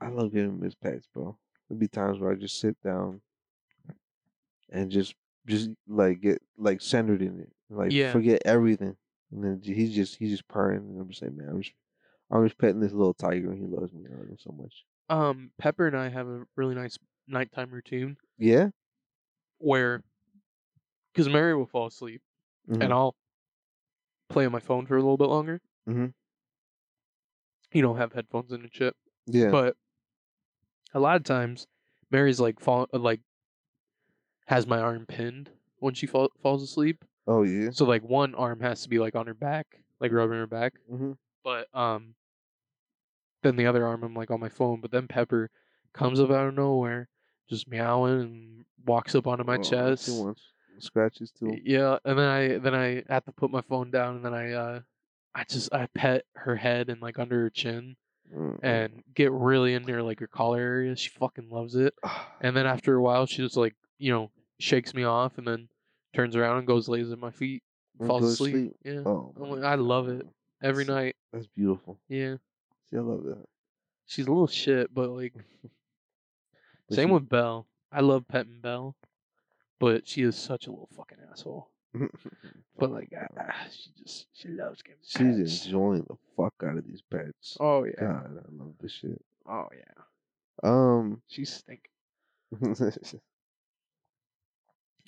Speaker 3: I love giving him his pets, bro. There'll be times where I just sit down and just, just like get like centered in it, like
Speaker 2: Yeah.
Speaker 3: forget everything, and then j- he's just he's just purring, and I'm just like, man, I'm just, I'm just petting this little tiger, and he loves me. I love him so much.
Speaker 2: um, Pepper and I have a really nice nighttime routine
Speaker 3: Yeah,
Speaker 2: where, because Mary will fall asleep
Speaker 3: Mhm.
Speaker 2: and I'll play on my phone for a little bit longer.
Speaker 3: Mhm.
Speaker 2: You know, have headphones in and shit.
Speaker 3: yeah,
Speaker 2: But a lot of times, Mary's like fall uh, like has my arm pinned when she fall- falls asleep.
Speaker 3: oh yeah,
Speaker 2: So like one arm has to be like on her back, like rubbing her back.
Speaker 3: hmm
Speaker 2: but um then the other arm I'm like on my phone, but then Pepper comes up out of nowhere, just meowing and walks up onto my chest.
Speaker 3: She wants scratches too.
Speaker 2: Yeah, and then I then I have to put my phone down and then I uh I just I pet her head and like under her chin
Speaker 3: Mm, mm.
Speaker 2: and get really in there like her collar area. She fucking loves it.
Speaker 3: Ah.
Speaker 2: And then after a while she just like, you know, shakes me off and then turns around and goes lays at my feet,
Speaker 3: And
Speaker 2: falls
Speaker 3: goes to
Speaker 2: asleep.
Speaker 3: sleep.
Speaker 2: Yeah.
Speaker 3: Oh,
Speaker 2: I'm
Speaker 3: my
Speaker 2: like, I love it.
Speaker 3: God.
Speaker 2: Every
Speaker 3: so-
Speaker 2: night.
Speaker 3: That's beautiful.
Speaker 2: Yeah.
Speaker 3: See, I love that.
Speaker 2: She's a little shit, but like
Speaker 3: But
Speaker 2: same
Speaker 3: she-
Speaker 2: with Belle. I love petting Belle, but she is such a little fucking asshole. But like ah, she just she loves getting
Speaker 3: She's
Speaker 2: pets.
Speaker 3: enjoying the fuck out of these pets.
Speaker 2: Oh yeah.
Speaker 3: God, I love this shit.
Speaker 2: Oh yeah.
Speaker 3: Um,
Speaker 2: She's stink.
Speaker 3: yeah,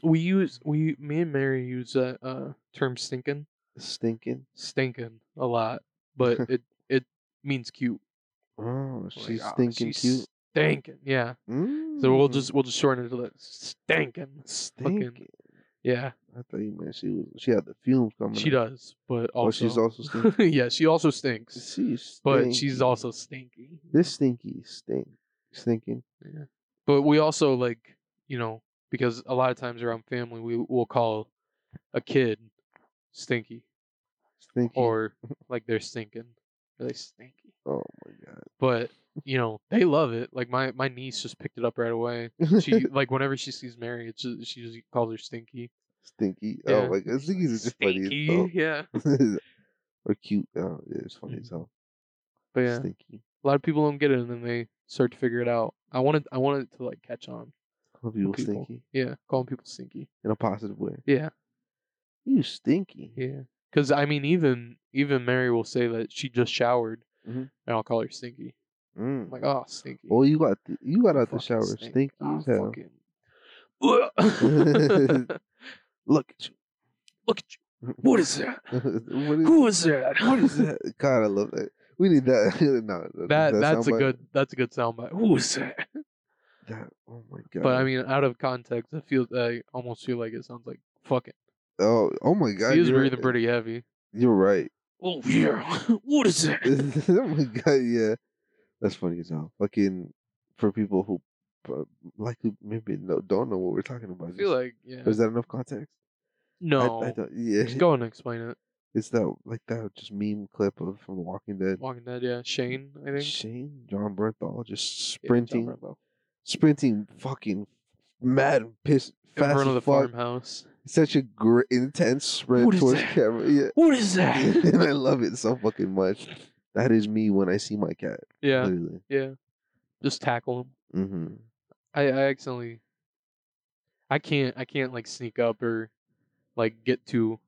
Speaker 2: We use we me and Mary use that uh term stinking
Speaker 3: stinking.
Speaker 2: stinking a lot, but it it means cute.
Speaker 3: Oh,
Speaker 2: We're like,
Speaker 3: she's
Speaker 2: "Oh,
Speaker 3: stinking
Speaker 2: she's
Speaker 3: cute.
Speaker 2: Stinking, yeah. So we'll
Speaker 3: Mm,
Speaker 2: just we'll just shorten it to that stinking. fucking-
Speaker 3: stinking.
Speaker 2: Yeah,
Speaker 3: I thought you meant she was. She had the fumes coming.
Speaker 2: she
Speaker 3: out.
Speaker 2: does, but also
Speaker 3: Oh, she's also stinky.
Speaker 2: yeah, she also stinks.
Speaker 3: she's
Speaker 2: but she's
Speaker 3: stinky.
Speaker 2: also stinky.
Speaker 3: this stinky stink stinking.
Speaker 2: But we also like, you know, because a lot of times around family, we will call a kid stinky
Speaker 3: Stinky.
Speaker 2: or like they're stinking, or they stinky.
Speaker 3: oh my god.
Speaker 2: But you know, they love it. Like my my niece just picked it up right away. She like whenever she sees Mary, it's just, she just calls her stinky.
Speaker 3: stinky.
Speaker 2: Yeah.
Speaker 3: Oh my god. Stinky's just
Speaker 2: Stinky,
Speaker 3: funny
Speaker 2: yeah.
Speaker 3: as hell. or cute. Oh, yeah, it's funny as hell.
Speaker 2: But Oh, yeah,
Speaker 3: Stinky.
Speaker 2: a lot of people don't get it, and then they start to figure it out. I wanted I wanted to like catch on.
Speaker 3: Call people
Speaker 2: people.
Speaker 3: stinky
Speaker 2: Yeah, calling people stinky.
Speaker 3: in a positive way.
Speaker 2: Yeah.
Speaker 3: You stinky.
Speaker 2: Yeah, because I mean, even even Mary will say that she just showered,
Speaker 3: Mhm.
Speaker 2: and I'll call her Stinky. I'm
Speaker 3: Mm.
Speaker 2: like, oh, Stinky.
Speaker 3: Oh, you got th- you got
Speaker 2: You
Speaker 3: out the
Speaker 2: fucking
Speaker 3: shower
Speaker 2: stink.
Speaker 3: stinky
Speaker 2: Ah,
Speaker 3: as hell.
Speaker 2: fucking- Ugh.
Speaker 3: Look at
Speaker 2: Look at you.
Speaker 3: you.
Speaker 2: What is that?
Speaker 3: what is,
Speaker 2: Who is that?
Speaker 3: what is that? God, I love that. We need that. no, no,
Speaker 2: That
Speaker 3: that
Speaker 2: that's a
Speaker 3: soundbite-
Speaker 2: good that's a good soundbite. Who is that?
Speaker 3: That, oh my god.
Speaker 2: But I mean, out of context, I feel I almost feel like it sounds like fucking.
Speaker 3: oh, oh my god.
Speaker 2: he is
Speaker 3: you're-
Speaker 2: breathing pretty heavy.
Speaker 3: You're right.
Speaker 2: Oh yeah, what is that?
Speaker 3: oh my god, yeah. That's funny as hell. Fucking for people who uh, like who maybe no, don't know what we're talking about.
Speaker 2: I feel like yeah.
Speaker 3: is that enough context? I-
Speaker 2: no,
Speaker 3: I, don't, yeah.
Speaker 2: just go and explain it.
Speaker 3: It's that like that just meme clip of from Walking Dead.
Speaker 2: Walking Dead, yeah. Shane, I think.
Speaker 3: Shane John Bernthal
Speaker 2: Yeah,
Speaker 3: just
Speaker 2: John
Speaker 3: sprinting,
Speaker 2: Bernthal.
Speaker 3: sprinting, fucking mad and pissed,
Speaker 2: in
Speaker 3: fast
Speaker 2: front of the
Speaker 3: as fuck.
Speaker 2: farmhouse.
Speaker 3: Such a gr intense
Speaker 2: What
Speaker 3: sprint
Speaker 2: is
Speaker 3: towards
Speaker 2: that?
Speaker 3: camera. Yeah.
Speaker 2: What is that?
Speaker 3: and I love it so fucking much. That is me when I see my cat.
Speaker 2: yeah,
Speaker 3: Literally.
Speaker 2: yeah. Just tackle him.
Speaker 3: Mm-hmm.
Speaker 2: I, I accidentally. I can't. I can't like sneak up or, like, get too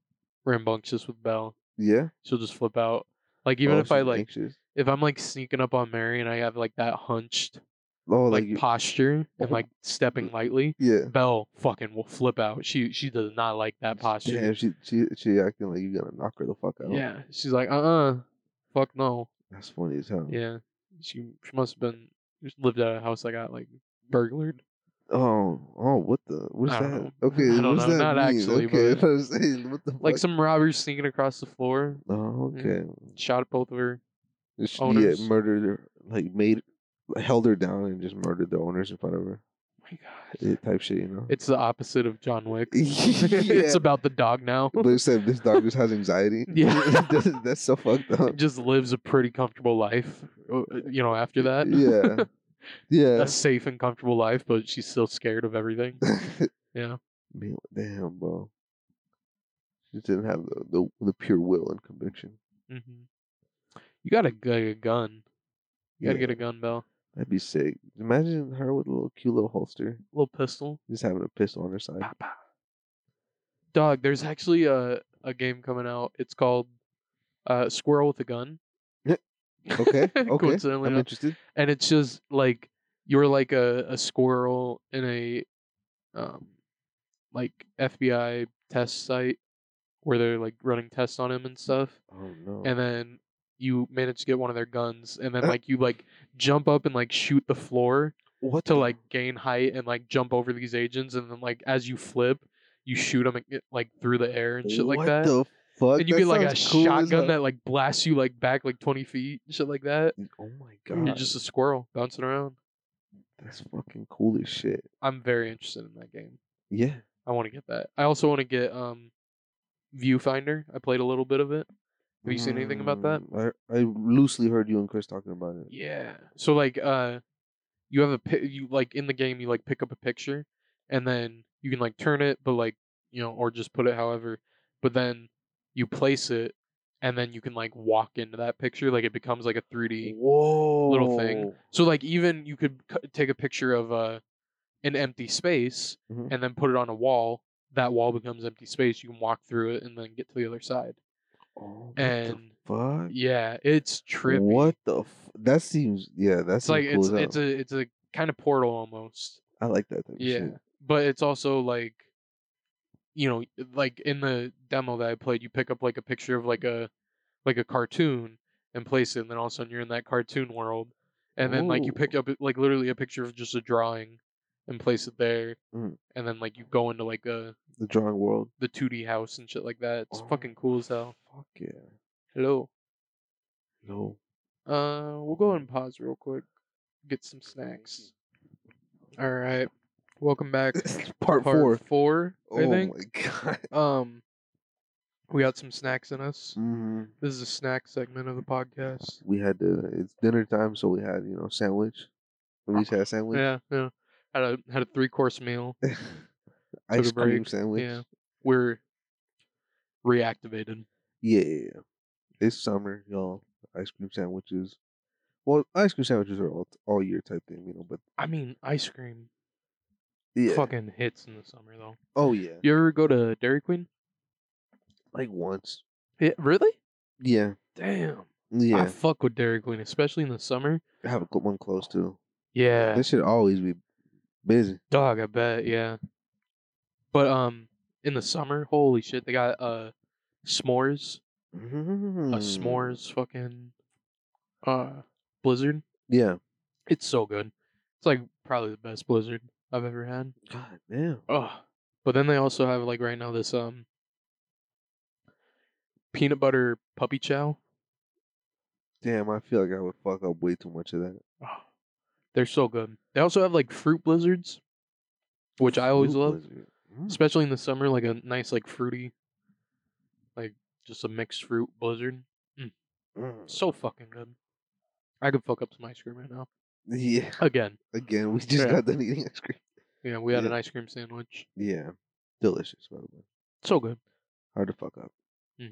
Speaker 2: rambunctious with Belle.
Speaker 3: Yeah.
Speaker 2: She'll just flip out. Like even
Speaker 3: Oh,
Speaker 2: if I
Speaker 3: she's
Speaker 2: like,
Speaker 3: anxious.
Speaker 2: if I'm like sneaking up on Mary and I have like that hunched
Speaker 3: oh,
Speaker 2: like,
Speaker 3: like, you-
Speaker 2: posture and
Speaker 3: Oh.
Speaker 2: like stepping lightly,
Speaker 3: yeah.
Speaker 2: Belle fucking will flip out. She she does not like that posture.
Speaker 3: Damn, she she she acting like you're gonna knock her the fuck out.
Speaker 2: Yeah, she's like, uh, uh fuck no.
Speaker 3: that's funny as hell.
Speaker 2: Yeah, she she must have been just lived at a house I got like burglared.
Speaker 3: Oh, oh, what the? What's
Speaker 2: I
Speaker 3: that?
Speaker 2: don't know.
Speaker 3: Okay,
Speaker 2: I don't
Speaker 3: what's
Speaker 2: know, not
Speaker 3: that mean?
Speaker 2: actually,
Speaker 3: Okay,
Speaker 2: but-
Speaker 3: I was saying, what the
Speaker 2: Like
Speaker 3: fuck?
Speaker 2: some robbers sneaking across the floor,
Speaker 3: Oh,
Speaker 2: Mm.
Speaker 3: okay.
Speaker 2: shot at both of her.
Speaker 3: Just,
Speaker 2: Owners.
Speaker 3: yeah, murdered her. Like made, held her down and just murdered the owners in front of her.
Speaker 2: my god,
Speaker 3: It, type shit, you know.
Speaker 2: it's the opposite of John Wick.
Speaker 3: yeah.
Speaker 2: it's about the dog now.
Speaker 3: but except this dog just has anxiety.
Speaker 2: Yeah.
Speaker 3: that's, that's so fucked up.
Speaker 2: It just lives a pretty comfortable life, uh, you know. After that,
Speaker 3: Yeah. Yeah.
Speaker 2: a safe and comfortable life, but she's still scared of everything. Yeah,
Speaker 3: Man, damn, bro. She didn't have the, the, the pure will and conviction.
Speaker 2: hmm you gotta get a gun. You gotta
Speaker 3: Yeah,
Speaker 2: get a gun, Bell.
Speaker 3: That'd be sick. Imagine her with a little cute little holster,
Speaker 2: Little pistol.
Speaker 3: just having a pistol on her side.
Speaker 2: Pow, pow. Dog, there's actually a a game coming out. It's called uh, Squirrel with a Gun.
Speaker 3: Okay, okay.
Speaker 2: Coincidentally
Speaker 3: I'm
Speaker 2: enough.
Speaker 3: interested.
Speaker 2: and it's just like you're like a, a squirrel in a um like FBI test site where they're like running tests on him and stuff.
Speaker 3: Oh Uh. no.
Speaker 2: And then you manage to get one of their guns and then like you like jump up and like shoot the floor
Speaker 3: what
Speaker 2: to
Speaker 3: the-
Speaker 2: like gain height and like jump over these agents and then like as you flip you shoot them like through the air and shit like
Speaker 3: what
Speaker 2: that
Speaker 3: the fuck?
Speaker 2: and you
Speaker 3: That
Speaker 2: get like a
Speaker 3: sounds cool as
Speaker 2: shotgun
Speaker 3: hell.
Speaker 2: that like blasts you like back like 20 feet and shit like that
Speaker 3: Oh my
Speaker 2: And you're
Speaker 3: god.
Speaker 2: just a squirrel bouncing around
Speaker 3: That's fucking cool as shit.
Speaker 2: i'm very interested in that game
Speaker 3: Yeah.
Speaker 2: i want to get that i also want to get um viewfinder i played a little bit of it have you seen anything about that
Speaker 3: Mm, I, I loosely heard you and Chris talking about it.
Speaker 2: Yeah. So like uh you have a pi- you like in the game you like pick up a picture and then you can like turn it but like you know or just put it however but then you place it and then you can like walk into that picture like it becomes like a 3D.
Speaker 3: Whoa.
Speaker 2: thing. So like even you could c- take a picture of uh an empty space
Speaker 3: Mhm.
Speaker 2: and then put it on a wall that wall becomes empty space you can walk through it and then get to the other side.
Speaker 3: Oh, what the
Speaker 2: And
Speaker 3: fuck?
Speaker 2: yeah, it's trippy.
Speaker 3: What the? F- that seems yeah. That's
Speaker 2: It's like
Speaker 3: cool
Speaker 2: it's
Speaker 3: as hell.
Speaker 2: it's a it's a kind of portal almost.
Speaker 3: I like that. Type of
Speaker 2: Yeah,
Speaker 3: shit.
Speaker 2: but it's also like, you know, like in the demo that I played, you pick up like a picture of like a like a cartoon and place it, and then all of a sudden you're in that cartoon world, and then like you pick up like literally a picture of just a drawing and place it there,
Speaker 3: Mm.
Speaker 2: and then like you go into like a
Speaker 3: The drawing world.
Speaker 2: the 2D house and shit like that. It's
Speaker 3: Oh,
Speaker 2: fucking cool as hell.
Speaker 3: Fuck yeah.
Speaker 2: Hello.
Speaker 3: No.
Speaker 2: Uh, we'll go and pause real quick, get some snacks. All right, welcome back.
Speaker 3: Part,
Speaker 2: four.
Speaker 3: four.
Speaker 2: Four. I
Speaker 3: oh
Speaker 2: think.
Speaker 3: my god.
Speaker 2: Um, we got some snacks in us.
Speaker 3: hmm
Speaker 2: This is a snack segment of the podcast.
Speaker 3: We had to. It's dinner time, so we had you know sandwich. We each had a sandwich.
Speaker 2: Yeah, yeah. Had a had a three course meal.
Speaker 3: Ice
Speaker 2: a
Speaker 3: cream
Speaker 2: break.
Speaker 3: sandwich.
Speaker 2: Yeah, we're reactivated.
Speaker 3: Yeah, yeah, yeah. It's summer, y'all. Ice cream sandwiches. Well, ice cream sandwiches are all all year type thing, you know. But
Speaker 2: I mean, ice cream
Speaker 3: yeah.
Speaker 2: fucking hits in the summer though.
Speaker 3: Oh yeah.
Speaker 2: You ever go to Dairy Queen?
Speaker 3: Like once.
Speaker 2: Yeah, really?
Speaker 3: Yeah.
Speaker 2: Damn. I
Speaker 3: Yeah.
Speaker 2: fuck with Dairy Queen, especially in the summer.
Speaker 3: I have a good one close too.
Speaker 2: Yeah.
Speaker 3: This should always be busy.
Speaker 2: Dog, I bet, yeah. But um, in the summer, holy shit, they got uh s'mores.
Speaker 3: Mm-hmm.
Speaker 2: a
Speaker 3: Mm.
Speaker 2: s'mores fucking uh blizzard.
Speaker 3: Yeah.
Speaker 2: It's so good. It's like probably the best Blizzard I've ever had.
Speaker 3: God damn.
Speaker 2: Oh, but then they also have like right now this um peanut butter puppy chow.
Speaker 3: Damn, I feel like I would fuck up way too much of that.
Speaker 2: Oh, they're so good. They also have like fruit blizzards, which I always
Speaker 3: Fruit
Speaker 2: love,
Speaker 3: blizzard. Mm.
Speaker 2: especially in the summer. Like a nice like fruity, like just a mixed fruit blizzard.
Speaker 3: Mm.
Speaker 2: So fucking good. I could fuck up some ice cream right now.
Speaker 3: Yeah.
Speaker 2: Again,
Speaker 3: Again, we just
Speaker 2: Yeah.
Speaker 3: got done eating ice cream.
Speaker 2: you know, we had
Speaker 3: Yeah.
Speaker 2: an ice cream sandwich.
Speaker 3: Yeah. Delicious, by the way.
Speaker 2: So good.
Speaker 3: Hard to fuck up.
Speaker 2: hmm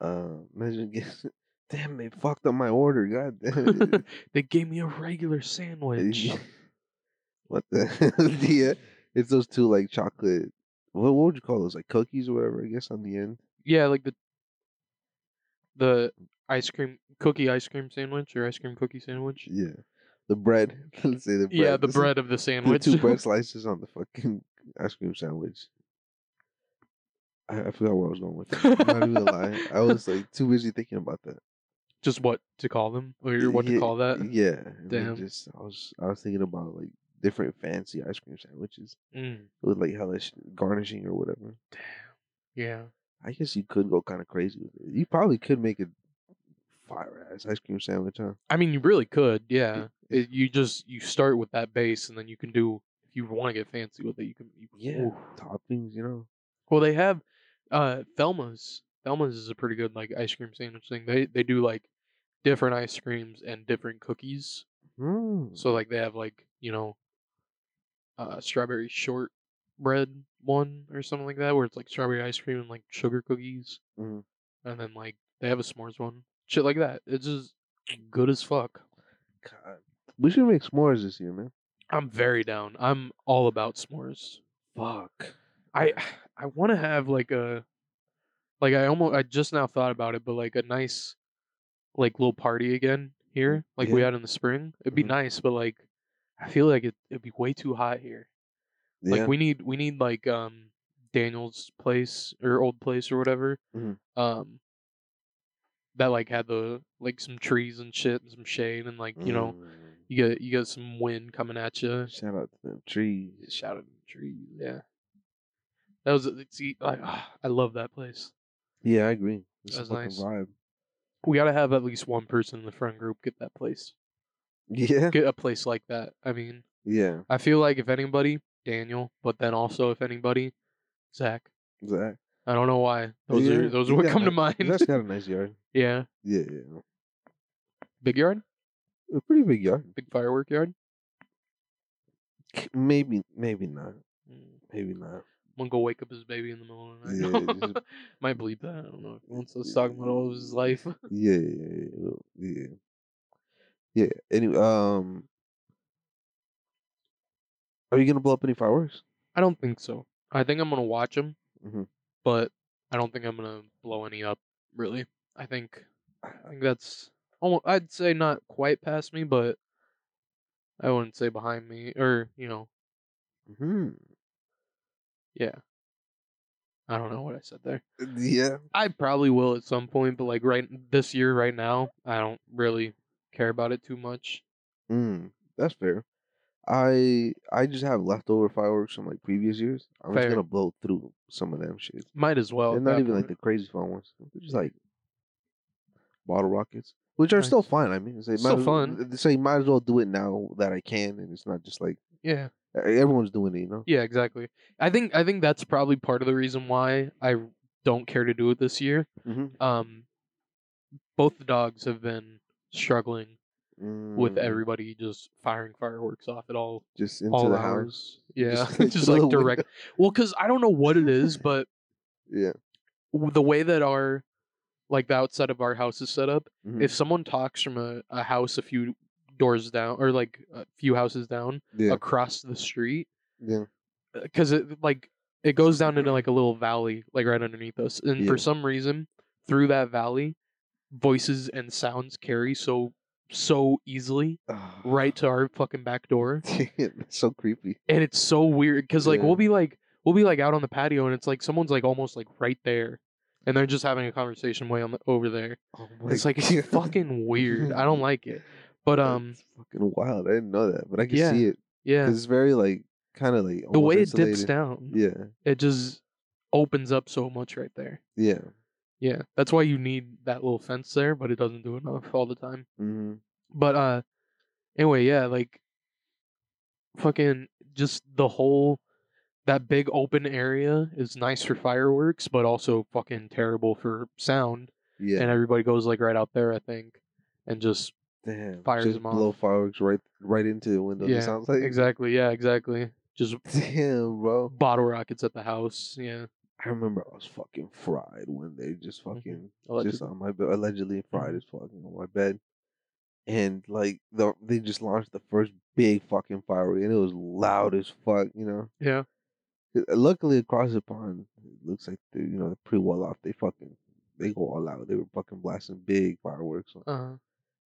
Speaker 3: Uh, imagine getting- Damn, they fucked up my order. God damn.
Speaker 2: they gave me a regular sandwich.
Speaker 3: it. what the? yeah, it's those two like chocolate. What, what would you call those? Like cookies or whatever. I guess on the end.
Speaker 2: Yeah, like the the ice cream cookie ice cream sandwich or ice cream cookie sandwich.
Speaker 3: Yeah, the bread. Let's say the bread.
Speaker 2: Yeah, the
Speaker 3: Let's say
Speaker 2: bread of the
Speaker 3: The
Speaker 2: sandwich.
Speaker 3: two bread slices on the fucking ice cream sandwich. I, I forgot where I was going with that. I'm not even gonna lie. I was like too busy thinking about that.
Speaker 2: Just what to call them or what to
Speaker 3: Yeah,
Speaker 2: call that.
Speaker 3: Yeah. and then
Speaker 2: Damn.
Speaker 3: Just I was I was thinking about like different fancy ice cream sandwiches
Speaker 2: Mm,
Speaker 3: with like hella sh- garnishing or whatever.
Speaker 2: yeah.
Speaker 3: I guess you could go kind of crazy with it. You probably could make a fire ass ice cream sandwich, huh?
Speaker 2: I mean, you really could. Yeah. It, you just you start with that base and then you can do if you want to get fancy with it, you can you,
Speaker 3: Yeah.
Speaker 2: oof.
Speaker 3: Toppings, you know.
Speaker 2: Well, they have uh Thelma's. Thelma's is a pretty good like ice cream sandwich thing. They they do like different ice creams and different cookies.
Speaker 3: Mm.
Speaker 2: So like they have like you know, uh, strawberry shortbread one or something like that, where it's like strawberry ice cream and like sugar cookies,
Speaker 3: Mhm.
Speaker 2: and then like they have a s'mores one, shit like that. It's just good as fuck.
Speaker 3: God. We should make s'mores this year, man.
Speaker 2: I'm very down. I'm all about s'mores.
Speaker 3: Fuck.
Speaker 2: I I want to have like a like I almost I just now thought about it, but like a nice like little party again here, like we
Speaker 3: Yeah.
Speaker 2: had in the spring. It'd be
Speaker 3: Mhm.
Speaker 2: nice, but like I feel like it, it'd be way too hot here.
Speaker 3: Yeah.
Speaker 2: Like we need we need like um Daniel's place or old place or whatever.
Speaker 3: Mhm.
Speaker 2: Um that like had the like some trees and shit and some shade and like you know
Speaker 3: Mm.
Speaker 2: you get you get some wind coming at you.
Speaker 3: Shout out to them trees.
Speaker 2: Shout at the trees, yeah. That was uh, see like ah, I love that place.
Speaker 3: Yeah, I agree. It's
Speaker 2: That's
Speaker 3: a fucking
Speaker 2: nice.
Speaker 3: vibe.
Speaker 2: We got to have at least one person in the front group get that place.
Speaker 3: Yeah.
Speaker 2: Get a place like that. I mean,
Speaker 3: Yeah.
Speaker 2: I feel like if anybody, Daniel, but then also if anybody, Zach.
Speaker 3: Exactly.
Speaker 2: I don't know why. Those
Speaker 3: Yeah,
Speaker 2: are those
Speaker 3: you
Speaker 2: are what
Speaker 3: got
Speaker 2: come to
Speaker 3: that.
Speaker 2: mind.
Speaker 3: That's got a nice yard.
Speaker 2: yeah.
Speaker 3: Yeah, yeah.
Speaker 2: Big yard?
Speaker 3: A pretty big yard.
Speaker 2: Big firework yard?
Speaker 3: Maybe maybe not.
Speaker 2: Mm.
Speaker 3: Maybe not.
Speaker 2: I'm gonna go wake up his baby in the middle of the night.
Speaker 3: Yeah, just-
Speaker 2: Might bleep that. I don't know. Once I was talking about all of his life.
Speaker 3: Yeah, yeah, yeah. well, Yeah. Yeah. Anyway, um Are you gonna blow up any fireworks?
Speaker 2: I don't think so. I think I'm gonna watch him,
Speaker 3: Mhm.
Speaker 2: but I don't think I'm gonna blow any up. Really, I think I think that's almost. I'd say not quite past me, but I wouldn't say behind me or you know, Mm-hmm.
Speaker 3: Hmm.
Speaker 2: yeah. I don't know what I said there.
Speaker 3: Uh, Yeah.
Speaker 2: I probably will at some point, but like right this year, right now, I don't really care about it too much.
Speaker 3: Mm, that's fair. I I just have leftover fireworks from like previous years. I'm
Speaker 2: Fair. Oh,
Speaker 3: just gonna blow through some of them shit.
Speaker 2: Might as well.
Speaker 3: They're
Speaker 2: at
Speaker 3: not
Speaker 2: that
Speaker 3: even like
Speaker 2: point.
Speaker 3: the crazy fun ones. They're just like bottle rockets, which are still
Speaker 2: Nice.
Speaker 3: fun. I mean, they
Speaker 2: Still
Speaker 3: might as-
Speaker 2: fun.
Speaker 3: th- So you might as well do it now that I can, and it's not just like
Speaker 2: yeah.
Speaker 3: e- everyone's doing it. You know?
Speaker 2: Yeah, exactly. I think I think that's probably part of the reason why I don't care to do it this year.
Speaker 3: Mm-hmm.
Speaker 2: Um, both the dogs have been struggling
Speaker 3: Mm-hmm.
Speaker 2: with everybody just firing fireworks off at all
Speaker 3: just Mm. into
Speaker 2: all
Speaker 3: the house.
Speaker 2: hours. Yeah,
Speaker 3: Just, like,
Speaker 2: just,
Speaker 3: through
Speaker 2: like
Speaker 3: the
Speaker 2: direct. Well, because I don't know what it is, but
Speaker 3: Yeah.
Speaker 2: w- the way that our like the outside of our house is set up,
Speaker 3: mhm,
Speaker 2: if someone talks from a, a house a few doors down or like a few houses down
Speaker 3: yeah.
Speaker 2: across the street,
Speaker 3: Yeah.
Speaker 2: because uh, it like it goes down into like a little valley like right underneath us and for
Speaker 3: Yeah.
Speaker 2: some reason through that valley voices and sounds carry so so easily
Speaker 3: Ah,
Speaker 2: right to our fucking back door
Speaker 3: That's so creepy.
Speaker 2: and it's so weird because like
Speaker 3: Yeah.
Speaker 2: we'll be like we'll be like out on the patio and it's like someone's like almost like right there and they're just having a conversation way on the, over there
Speaker 3: Oh my
Speaker 2: it's like it's
Speaker 3: God.
Speaker 2: fucking weird i don't like it But um,
Speaker 3: That's fucking wild. I didn't know that, but I can
Speaker 2: Yeah.
Speaker 3: see it.
Speaker 2: yeah,
Speaker 3: 'Cause It's very like kind of like
Speaker 2: the
Speaker 3: almost
Speaker 2: way it dips
Speaker 3: insulated.
Speaker 2: down,
Speaker 3: Yeah,
Speaker 2: it just opens up so much right there.
Speaker 3: yeah.
Speaker 2: Yeah, that's why you need that little fence there, but it doesn't do enough all the time.
Speaker 3: hmm
Speaker 2: But uh, anyway, yeah, like fucking just the whole that big open area is nice for fireworks, but also fucking terrible for sound.
Speaker 3: Yeah.
Speaker 2: And everybody goes like right out there, I think, and just
Speaker 3: Damn.
Speaker 2: fires
Speaker 3: just
Speaker 2: them off.
Speaker 3: blow fireworks right right into the window.
Speaker 2: Yeah,
Speaker 3: It sounds like
Speaker 2: exactly, yeah, exactly, just
Speaker 3: Damn, bro.
Speaker 2: bottle rockets at the house. Yeah,
Speaker 3: I remember I was fucking fried one day, just
Speaker 2: Mm-hmm.
Speaker 3: fucking
Speaker 2: Alleged-
Speaker 3: just on my bed, allegedly fried as fucking on my bed, and like the they just launched the first big fucking firework, and it was loud as fuck, you know.
Speaker 2: yeah,
Speaker 3: Uh, Luckily, across the pond, it looks like they you know they're pretty well off. They fucking they go all out. They were fucking blasting big fireworks,
Speaker 2: uh,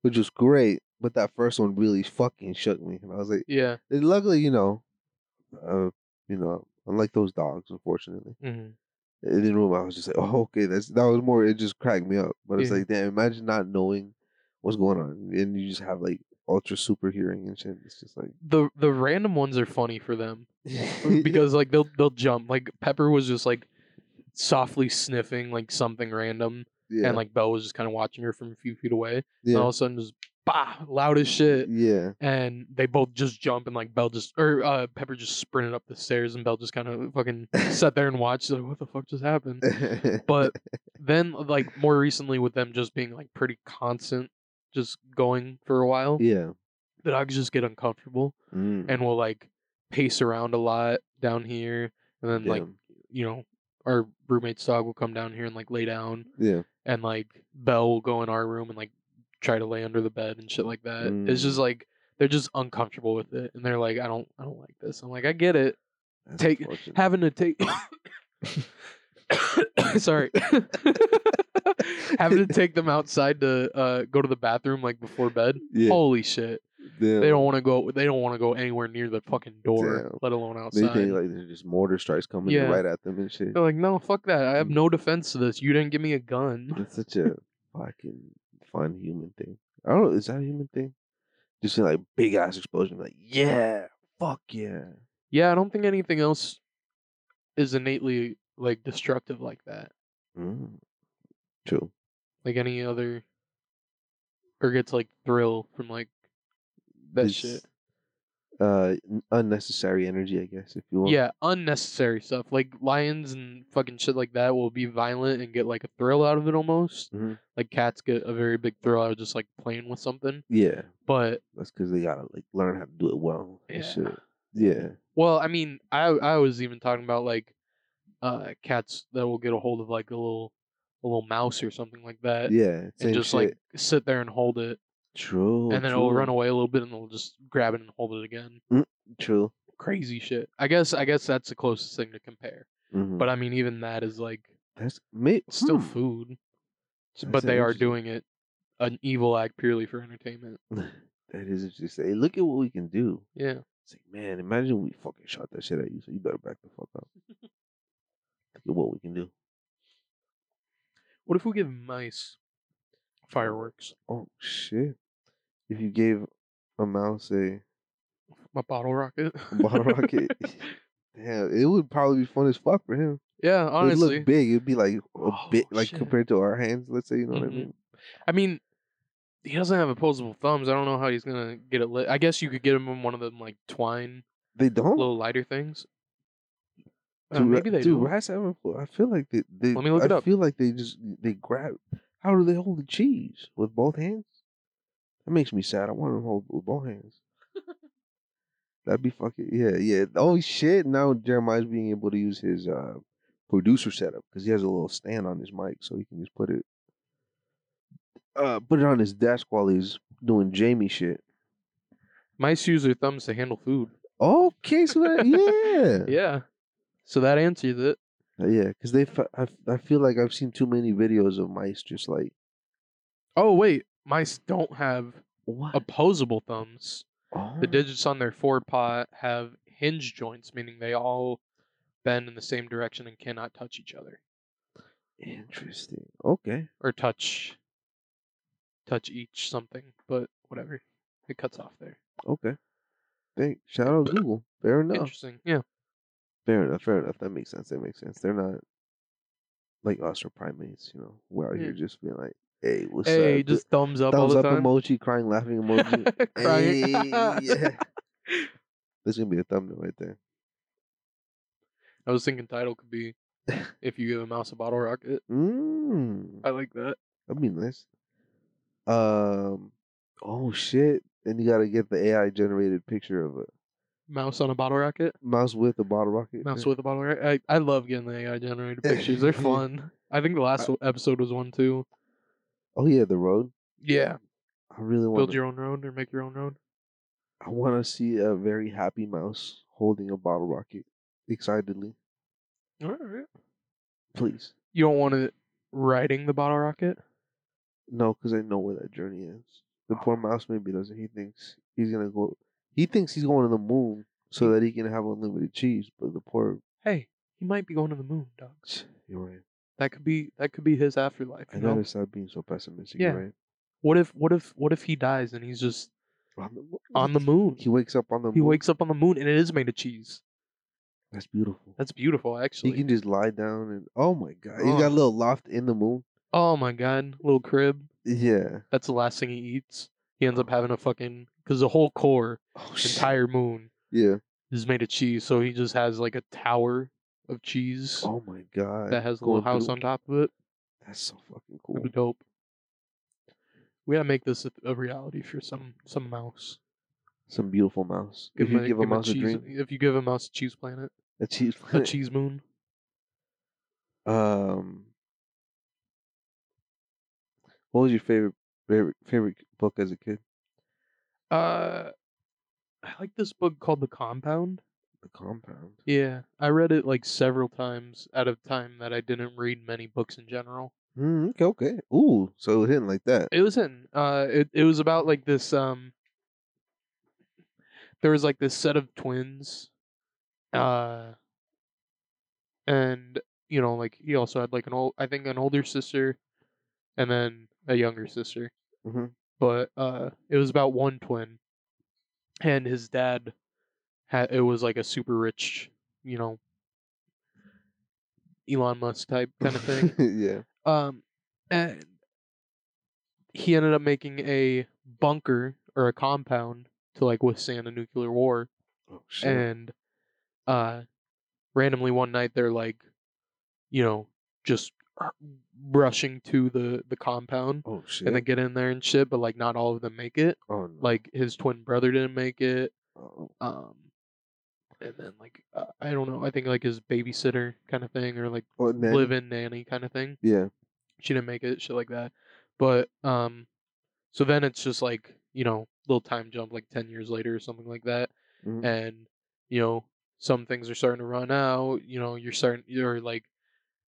Speaker 3: which was great. But that first one really fucking shook me, and I was like,
Speaker 2: yeah.
Speaker 3: and luckily, you know, uh, you know, unlike those dogs, unfortunately
Speaker 2: mhm.
Speaker 3: it didn't ruin. my- I was just like, oh, okay, that's that was more. It just cracked me up. But it's
Speaker 2: Yeah.
Speaker 3: like, damn, imagine not knowing what's going on, and you just have like ultra super hearing and shit. It's just like
Speaker 2: The the random ones are funny for them. Mm, because like they'll they'll jump. Like Pepper was just like softly sniffing like something random,
Speaker 3: yeah,
Speaker 2: and like Belle was just kind of watching her from a few feet away. And all
Speaker 3: yeah, Mm-hmm.
Speaker 2: of a sudden, just bah, loud as shit,
Speaker 3: yeah,
Speaker 2: and they both just jump and like Belle just or uh, Pepper just sprinted up the stairs, and Belle just kind of fucking sat there and watched. Like, what the fuck just happened? But then, like more recently, with them just being like pretty constant, just going for a while,
Speaker 3: yeah,
Speaker 2: the dogs just get uncomfortable
Speaker 3: mm,
Speaker 2: and will like pace around a lot down here, and then like
Speaker 3: damn,
Speaker 2: you know, our roommate's dog will come down here and like lay down,
Speaker 3: yeah,
Speaker 2: and like Belle will go in our room and like try to lay under the bed and shit like that. It's just
Speaker 3: Mm.
Speaker 2: like they're just uncomfortable with it, and they're like, I don't, I don't like this. I'm like, I get it.
Speaker 3: that's
Speaker 2: Take
Speaker 3: unfortunate.
Speaker 2: having to take. Sorry. having to take them outside to uh, go to the bathroom like before bed.
Speaker 3: yeah,
Speaker 2: Holy shit!
Speaker 3: damn.
Speaker 2: They don't want to go. They don't want to go anywhere near the fucking door,
Speaker 3: Damn.
Speaker 2: let alone
Speaker 3: They
Speaker 2: outside.
Speaker 3: think like there's just mortar strikes coming
Speaker 2: Yeah.
Speaker 3: right at them and shit.
Speaker 2: They're like, no, fuck that. I have
Speaker 3: Mm.
Speaker 2: no defense to this. You didn't give me a gun.
Speaker 3: It's such a fucking fun human thing. I don't know. Is that a human thing? Just feel like big ass explosion. Like, yeah, fuck yeah.
Speaker 2: Yeah, I don't think anything else is innately like destructive like that.
Speaker 3: Mm. True.
Speaker 2: Like any other, or gets like thrill from like that shit.
Speaker 3: Uh, n- unnecessary energy, I guess, if you want.
Speaker 2: Yeah, unnecessary stuff. Like lions and fucking shit like that will be violent and get like a thrill out of it almost.
Speaker 3: Mhm.
Speaker 2: Like cats get a very big thrill out of just like playing with something.
Speaker 3: Yeah.
Speaker 2: But
Speaker 3: That's because they gotta like learn how to do it well. and
Speaker 2: yeah.
Speaker 3: shit. Yeah.
Speaker 2: Well, I mean, I I was even talking about like uh cats that will get a hold of like a little a little mouse or something like that
Speaker 3: Yeah. Same
Speaker 2: and just
Speaker 3: shit.
Speaker 2: like sit there and hold it
Speaker 3: true.
Speaker 2: and then
Speaker 3: true,
Speaker 2: it'll run away a little bit and it'll just grab it and hold it again.
Speaker 3: True.
Speaker 2: Crazy shit. I guess I guess that's the closest thing to compare.
Speaker 3: Mhm.
Speaker 2: But I mean even that is like
Speaker 3: that's may-
Speaker 2: it's still
Speaker 3: hmm.
Speaker 2: food. S-
Speaker 3: That's
Speaker 2: But they are
Speaker 3: interesting.
Speaker 2: doing it an evil act purely for entertainment.
Speaker 3: that is interesting. Hey, look at what we can do.
Speaker 2: Yeah.
Speaker 3: It's like, man, imagine we fucking shot that shit at you, so you better back the fuck up. Look at what we can do.
Speaker 2: What if we give mice fireworks?
Speaker 3: Oh shit! If you gave a mouse a
Speaker 2: A bottle rocket.
Speaker 3: bottle rocket, damn, it would probably be fun as fuck for him.
Speaker 2: yeah,
Speaker 3: It would
Speaker 2: honestly.
Speaker 3: look big. It'd be like a
Speaker 2: Oh,
Speaker 3: bit, like
Speaker 2: shit.
Speaker 3: compared to our hands. Let's say, you know what I
Speaker 2: Mhm.
Speaker 3: mean?
Speaker 2: I mean, he doesn't have opposable thumbs. I don't know how he's gonna get it lit. I guess you could get him one of them like twine
Speaker 3: They don't.
Speaker 2: little lighter things. Uh,
Speaker 3: do, ra-
Speaker 2: maybe they
Speaker 3: do
Speaker 2: do.
Speaker 3: rats have a- I feel like they. they
Speaker 2: Let me look
Speaker 3: I
Speaker 2: it up.
Speaker 3: feel like they just they grab. How do they hold the cheese with both hands? That makes me sad. I want them to hold with both hands. That'd be fucking yeah, yeah. Oh shit! Now Jeremiah's being able to use his uh, producer setup because he has a little stand on his mic, so he can just put it, uh, put it on his desk while he's doing Jamie shit.
Speaker 2: Mice use their thumbs to handle food.
Speaker 3: Okay, so that, yeah,
Speaker 2: Yeah. So that answers it.
Speaker 3: Uh, Yeah, because they, fe- I, f- I feel like I've seen too many videos of mice just like
Speaker 2: Oh wait, mice don't have
Speaker 3: what
Speaker 2: opposable thumbs.
Speaker 3: oh.
Speaker 2: The digits on their forepaw have hinge joints, meaning they all bend in the same direction and cannot touch each other
Speaker 3: Interesting. Okay,
Speaker 2: or touch touch each something. But whatever. It cuts off there.
Speaker 3: Okay. Thank shout out Google. Fair enough.
Speaker 2: Interesting. Yeah.
Speaker 3: Fair enough. Fair enough. That makes sense. That makes sense. They're not like us or primates. You know, we're out here just being like, "Hey, what's
Speaker 2: hey,
Speaker 3: up?" Th-
Speaker 2: just thumbs up all
Speaker 3: thumbs
Speaker 2: the
Speaker 3: up
Speaker 2: time.
Speaker 3: emoji, crying, laughing emoji.
Speaker 2: Crying.
Speaker 3: Hey, yeah. That's gonna be a thumbnail right there.
Speaker 2: I was thinking title could be if you give a mouse a bottle rocket.
Speaker 3: Mm,
Speaker 2: I like that.
Speaker 3: that'd be nice. Um. Oh shit! And you gotta get the AI generated picture of a
Speaker 2: Mouse on a bottle rocket.
Speaker 3: mouse with a bottle rocket.
Speaker 2: Mouse with a bottle rocket. I, I love getting the AI generated pictures.
Speaker 3: Yeah.
Speaker 2: They're fun. I think the last episode was one too.
Speaker 3: Oh yeah, the road.
Speaker 2: Yeah.
Speaker 3: I really want.
Speaker 2: Build
Speaker 3: to
Speaker 2: your own road or make your own road.
Speaker 3: I want to see a very happy mouse holding a bottle rocket excitedly.
Speaker 2: All right.
Speaker 3: Please.
Speaker 2: You don't want it riding the bottle rocket?
Speaker 3: No, because I know where that journey is. The poor mouse maybe doesn't. He thinks he's gonna go. He thinks he's going to the moon so that he can have unlimited cheese. But the poor,
Speaker 2: Hey, he might be going to the moon, dog.
Speaker 3: you're right.
Speaker 2: That could be that could be his afterlife.
Speaker 3: I
Speaker 2: You
Speaker 3: gotta
Speaker 2: know?
Speaker 3: stop being so pessimistic.
Speaker 2: Yeah.
Speaker 3: You're right.
Speaker 2: What if what if what if he dies and he's just
Speaker 3: On the, moon.
Speaker 2: on the moon?
Speaker 3: he wakes up on the
Speaker 2: He
Speaker 3: moon.
Speaker 2: wakes up on the moon and it is made of cheese.
Speaker 3: That's beautiful.
Speaker 2: That's beautiful,
Speaker 3: he
Speaker 2: actually.
Speaker 3: can just lie down and oh my god, he's
Speaker 2: Oh.
Speaker 3: got a little loft in the moon.
Speaker 2: Oh my god, little crib.
Speaker 3: Yeah.
Speaker 2: That's the last thing he eats. He ends up having a fucking because the whole core,
Speaker 3: Oh
Speaker 2: the
Speaker 3: shit.
Speaker 2: entire moon,
Speaker 3: yeah.
Speaker 2: is made of cheese. So he just has like a tower of cheese
Speaker 3: Oh my god.
Speaker 2: that has a little
Speaker 3: going
Speaker 2: house
Speaker 3: through-
Speaker 2: on top of it.
Speaker 3: That's so fucking
Speaker 2: That'd
Speaker 3: cool.
Speaker 2: be dope. We gotta make this a, a reality for some some mouse.
Speaker 3: Some beautiful mouse. if you
Speaker 2: him
Speaker 3: give a
Speaker 2: him
Speaker 3: mouse a,
Speaker 2: cheese,
Speaker 3: dream,
Speaker 2: If you give a mouse a cheese planet,
Speaker 3: a cheese.
Speaker 2: a
Speaker 3: planet.
Speaker 2: cheese moon.
Speaker 3: Um, what was your favorite favorite favorite book as a kid?
Speaker 2: Uh, I like this book called The Compound.
Speaker 3: The Compound.
Speaker 2: Yeah, I read it like several times at a time that I didn't read many books in general.
Speaker 3: Mm, okay, okay. Ooh, so it was hitting like that.
Speaker 2: It was in. Uh, it it was about like this. Um, there was like this set of twins, uh, and you know, like he also had like an old, I think, an older sister, and then a younger sister.
Speaker 3: Mhm.
Speaker 2: But uh, it was about one twin, and his dad had it was like a super rich, you know, Elon Musk type kind of thing.
Speaker 3: yeah.
Speaker 2: Um, and he ended up making a bunker or a compound to like withstand a nuclear war.
Speaker 3: Oh shit.
Speaker 2: And uh, randomly one night they're like, you know, just r- rushing to the the compound
Speaker 3: oh shit.
Speaker 2: and they get in there and shit. But like, not all of them make it.
Speaker 3: oh no.
Speaker 2: Like his twin brother didn't make it.
Speaker 3: Oh,
Speaker 2: Um. And then, like, uh, I don't know. I think like his babysitter kind of thing, or like
Speaker 3: oh, and then-
Speaker 2: live-in nanny kind of thing
Speaker 3: Yeah.
Speaker 2: she didn't make it, shit like that. But um, so then it's just like you know, little time jump, like ten years later or something like that,
Speaker 3: Mhm.
Speaker 2: and you know, some things are starting to run out. You know, you're starting, you're like,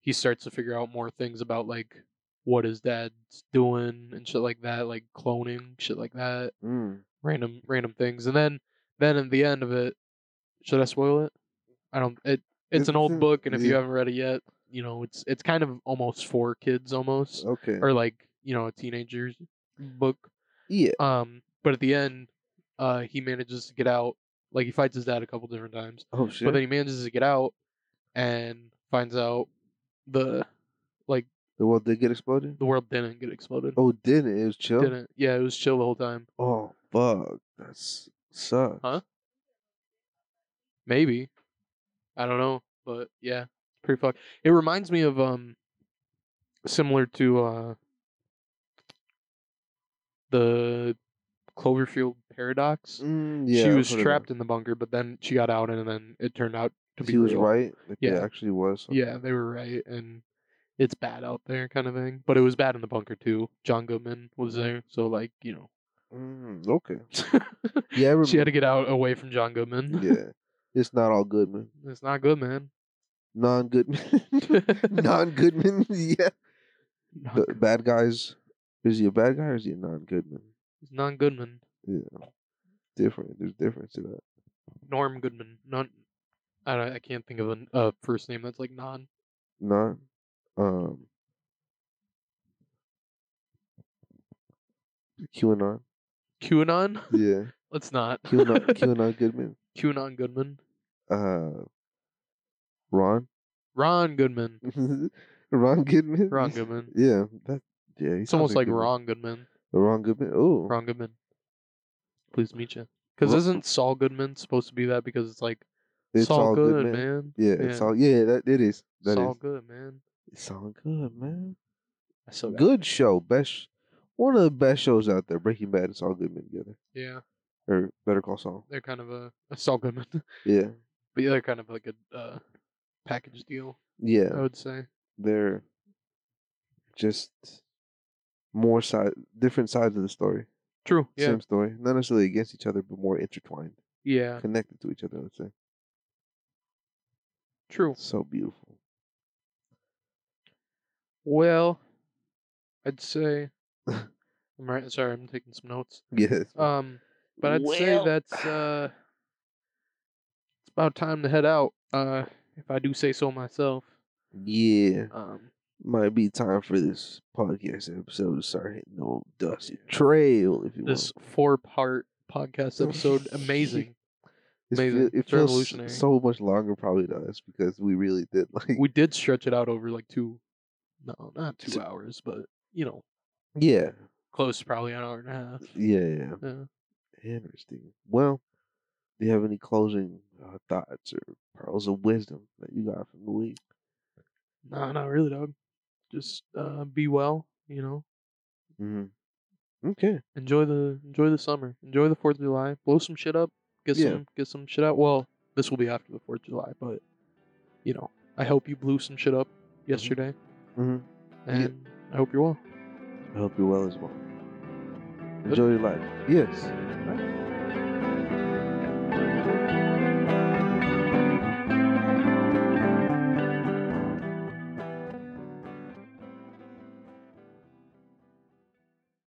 Speaker 2: he starts to figure out more things about like what his dad's doing and shit like that, like cloning, shit like that,
Speaker 3: Mm.
Speaker 2: random random things, and then then at the end of it, should I spoil it? I don't. It it's an old
Speaker 3: It's-
Speaker 2: book, and if you
Speaker 3: yeah.
Speaker 2: haven't read it yet, you know it's it's kind of almost for kids almost
Speaker 3: Okay.
Speaker 2: or like you know a teenager's book
Speaker 3: yeah.
Speaker 2: um but at the end uh he manages to get out like he fights his dad a couple different times
Speaker 3: Oh shit.
Speaker 2: but then he manages to get out and finds out the like
Speaker 3: the world did get exploded.
Speaker 2: the world didn't get exploded
Speaker 3: Oh, did it? It was chill.
Speaker 2: didn't yeah it was chill the whole time
Speaker 3: Oh fuck. That's sucks.
Speaker 2: Huh? maybe i don't know but yeah pretty fuck it reminds me of um similar to uh the cloverfield paradox
Speaker 3: Mm, yeah.
Speaker 2: she
Speaker 3: I've
Speaker 2: was
Speaker 3: heard of that.
Speaker 2: trapped in the bunker, but then she got out, and then it turned out to be
Speaker 3: She was
Speaker 2: real.
Speaker 3: right. Like, yeah.
Speaker 2: Yeah.
Speaker 3: actually was.
Speaker 2: Yeah, they were right, and it's bad out there, kind of thing. But it was bad in the bunker too. John Goodman was there, so like you know,
Speaker 3: Mm, okay. Yeah. I remember.
Speaker 2: she had to get out away from John Goodman.
Speaker 3: yeah. It's not all good, man.
Speaker 2: it's not good, man.
Speaker 3: Non Goodman. non Goodman. yeah.
Speaker 2: Not
Speaker 3: The
Speaker 2: good-
Speaker 3: bad guys. Is he a bad guy or is he a non Goodman?
Speaker 2: it's non Goodman.
Speaker 3: Yeah. Different. There's difference to that.
Speaker 2: Norm Goodman. Non. I don't, I can't think of a uh, first name that's like non.
Speaker 3: Non. Um. QAnon.
Speaker 2: QAnon.
Speaker 3: Yeah,
Speaker 2: Let's not.
Speaker 3: QAnon, QAnon Goodman,
Speaker 2: QAnon Goodman.
Speaker 3: uh, Ron,
Speaker 2: Ron Goodman.
Speaker 3: Ron Goodman,
Speaker 2: Ron Goodman.
Speaker 3: Yeah, that. Yeah, he
Speaker 2: It's
Speaker 3: sounds
Speaker 2: almost like
Speaker 3: Goodman.
Speaker 2: Ron Goodman.
Speaker 3: Ron Goodman. Oh,
Speaker 2: Ron Goodman. Pleased to meet you. Because
Speaker 3: Ro-
Speaker 2: isn't Saul Goodman supposed to be that? Because it's like
Speaker 3: it's
Speaker 2: Saul
Speaker 3: all
Speaker 2: good,
Speaker 3: good, man.
Speaker 2: man.
Speaker 3: Yeah, it's all. Yeah, that it is. That is.
Speaker 2: Saul good, man.
Speaker 3: It's all good, man.
Speaker 2: That's so good.
Speaker 3: Good show, best. sh- One of the best shows out there. Breaking Bad and Saul Goodman together,
Speaker 2: Yeah,
Speaker 3: or Better Call Saul.
Speaker 2: they're kind of a, a Saul Goodman, but
Speaker 3: Yeah,
Speaker 2: yeah, they're kind of like a uh, package deal.
Speaker 3: yeah.
Speaker 2: I would say.
Speaker 3: They're just more side, different sides of the story.
Speaker 2: True. Yeah.
Speaker 3: Same story, not necessarily against each other, but more intertwined,
Speaker 2: Yeah.
Speaker 3: connected to each other. I would say.
Speaker 2: True.
Speaker 3: So beautiful.
Speaker 2: Well, I'd say. I'm right. Sorry, I'm taking some notes.
Speaker 3: Yes.
Speaker 2: Um, but I'd say
Speaker 3: Well-
Speaker 2: that's uh, it's about time to head out. Uh, if I do say so myself.
Speaker 3: yeah.
Speaker 2: Um,
Speaker 3: Might be time for this podcast episode to start hitting the old dusty trail, if you
Speaker 2: this four-part podcast episode, amazing.
Speaker 3: will.
Speaker 2: amazing.
Speaker 3: feel-
Speaker 2: It's revolutionary.
Speaker 3: so much longer probably to us because we really did like
Speaker 2: We did stretch it out over like two, no, not two
Speaker 3: So-
Speaker 2: hours, but you know,
Speaker 3: yeah,
Speaker 2: close to probably an hour and a half.
Speaker 3: yeah,
Speaker 2: Yeah.
Speaker 3: yeah. Interesting. Well, do you have any closing uh, thoughts or pearls of wisdom that you got from the week?
Speaker 2: No, not really, dog. Just uh, be well. You know,
Speaker 3: Mm-hmm. Okay.
Speaker 2: enjoy the enjoy the summer. Enjoy the Fourth of July. Blow some shit up. Get
Speaker 3: Yeah.
Speaker 2: some get some shit out. Well, this will be after the Fourth of July, but you know, I hope you blew some shit up yesterday,
Speaker 3: hmm Mm-hmm. Yeah.
Speaker 2: and I hope you're well.
Speaker 3: I hope you're well as well. Enjoy your life. Yes. Bye.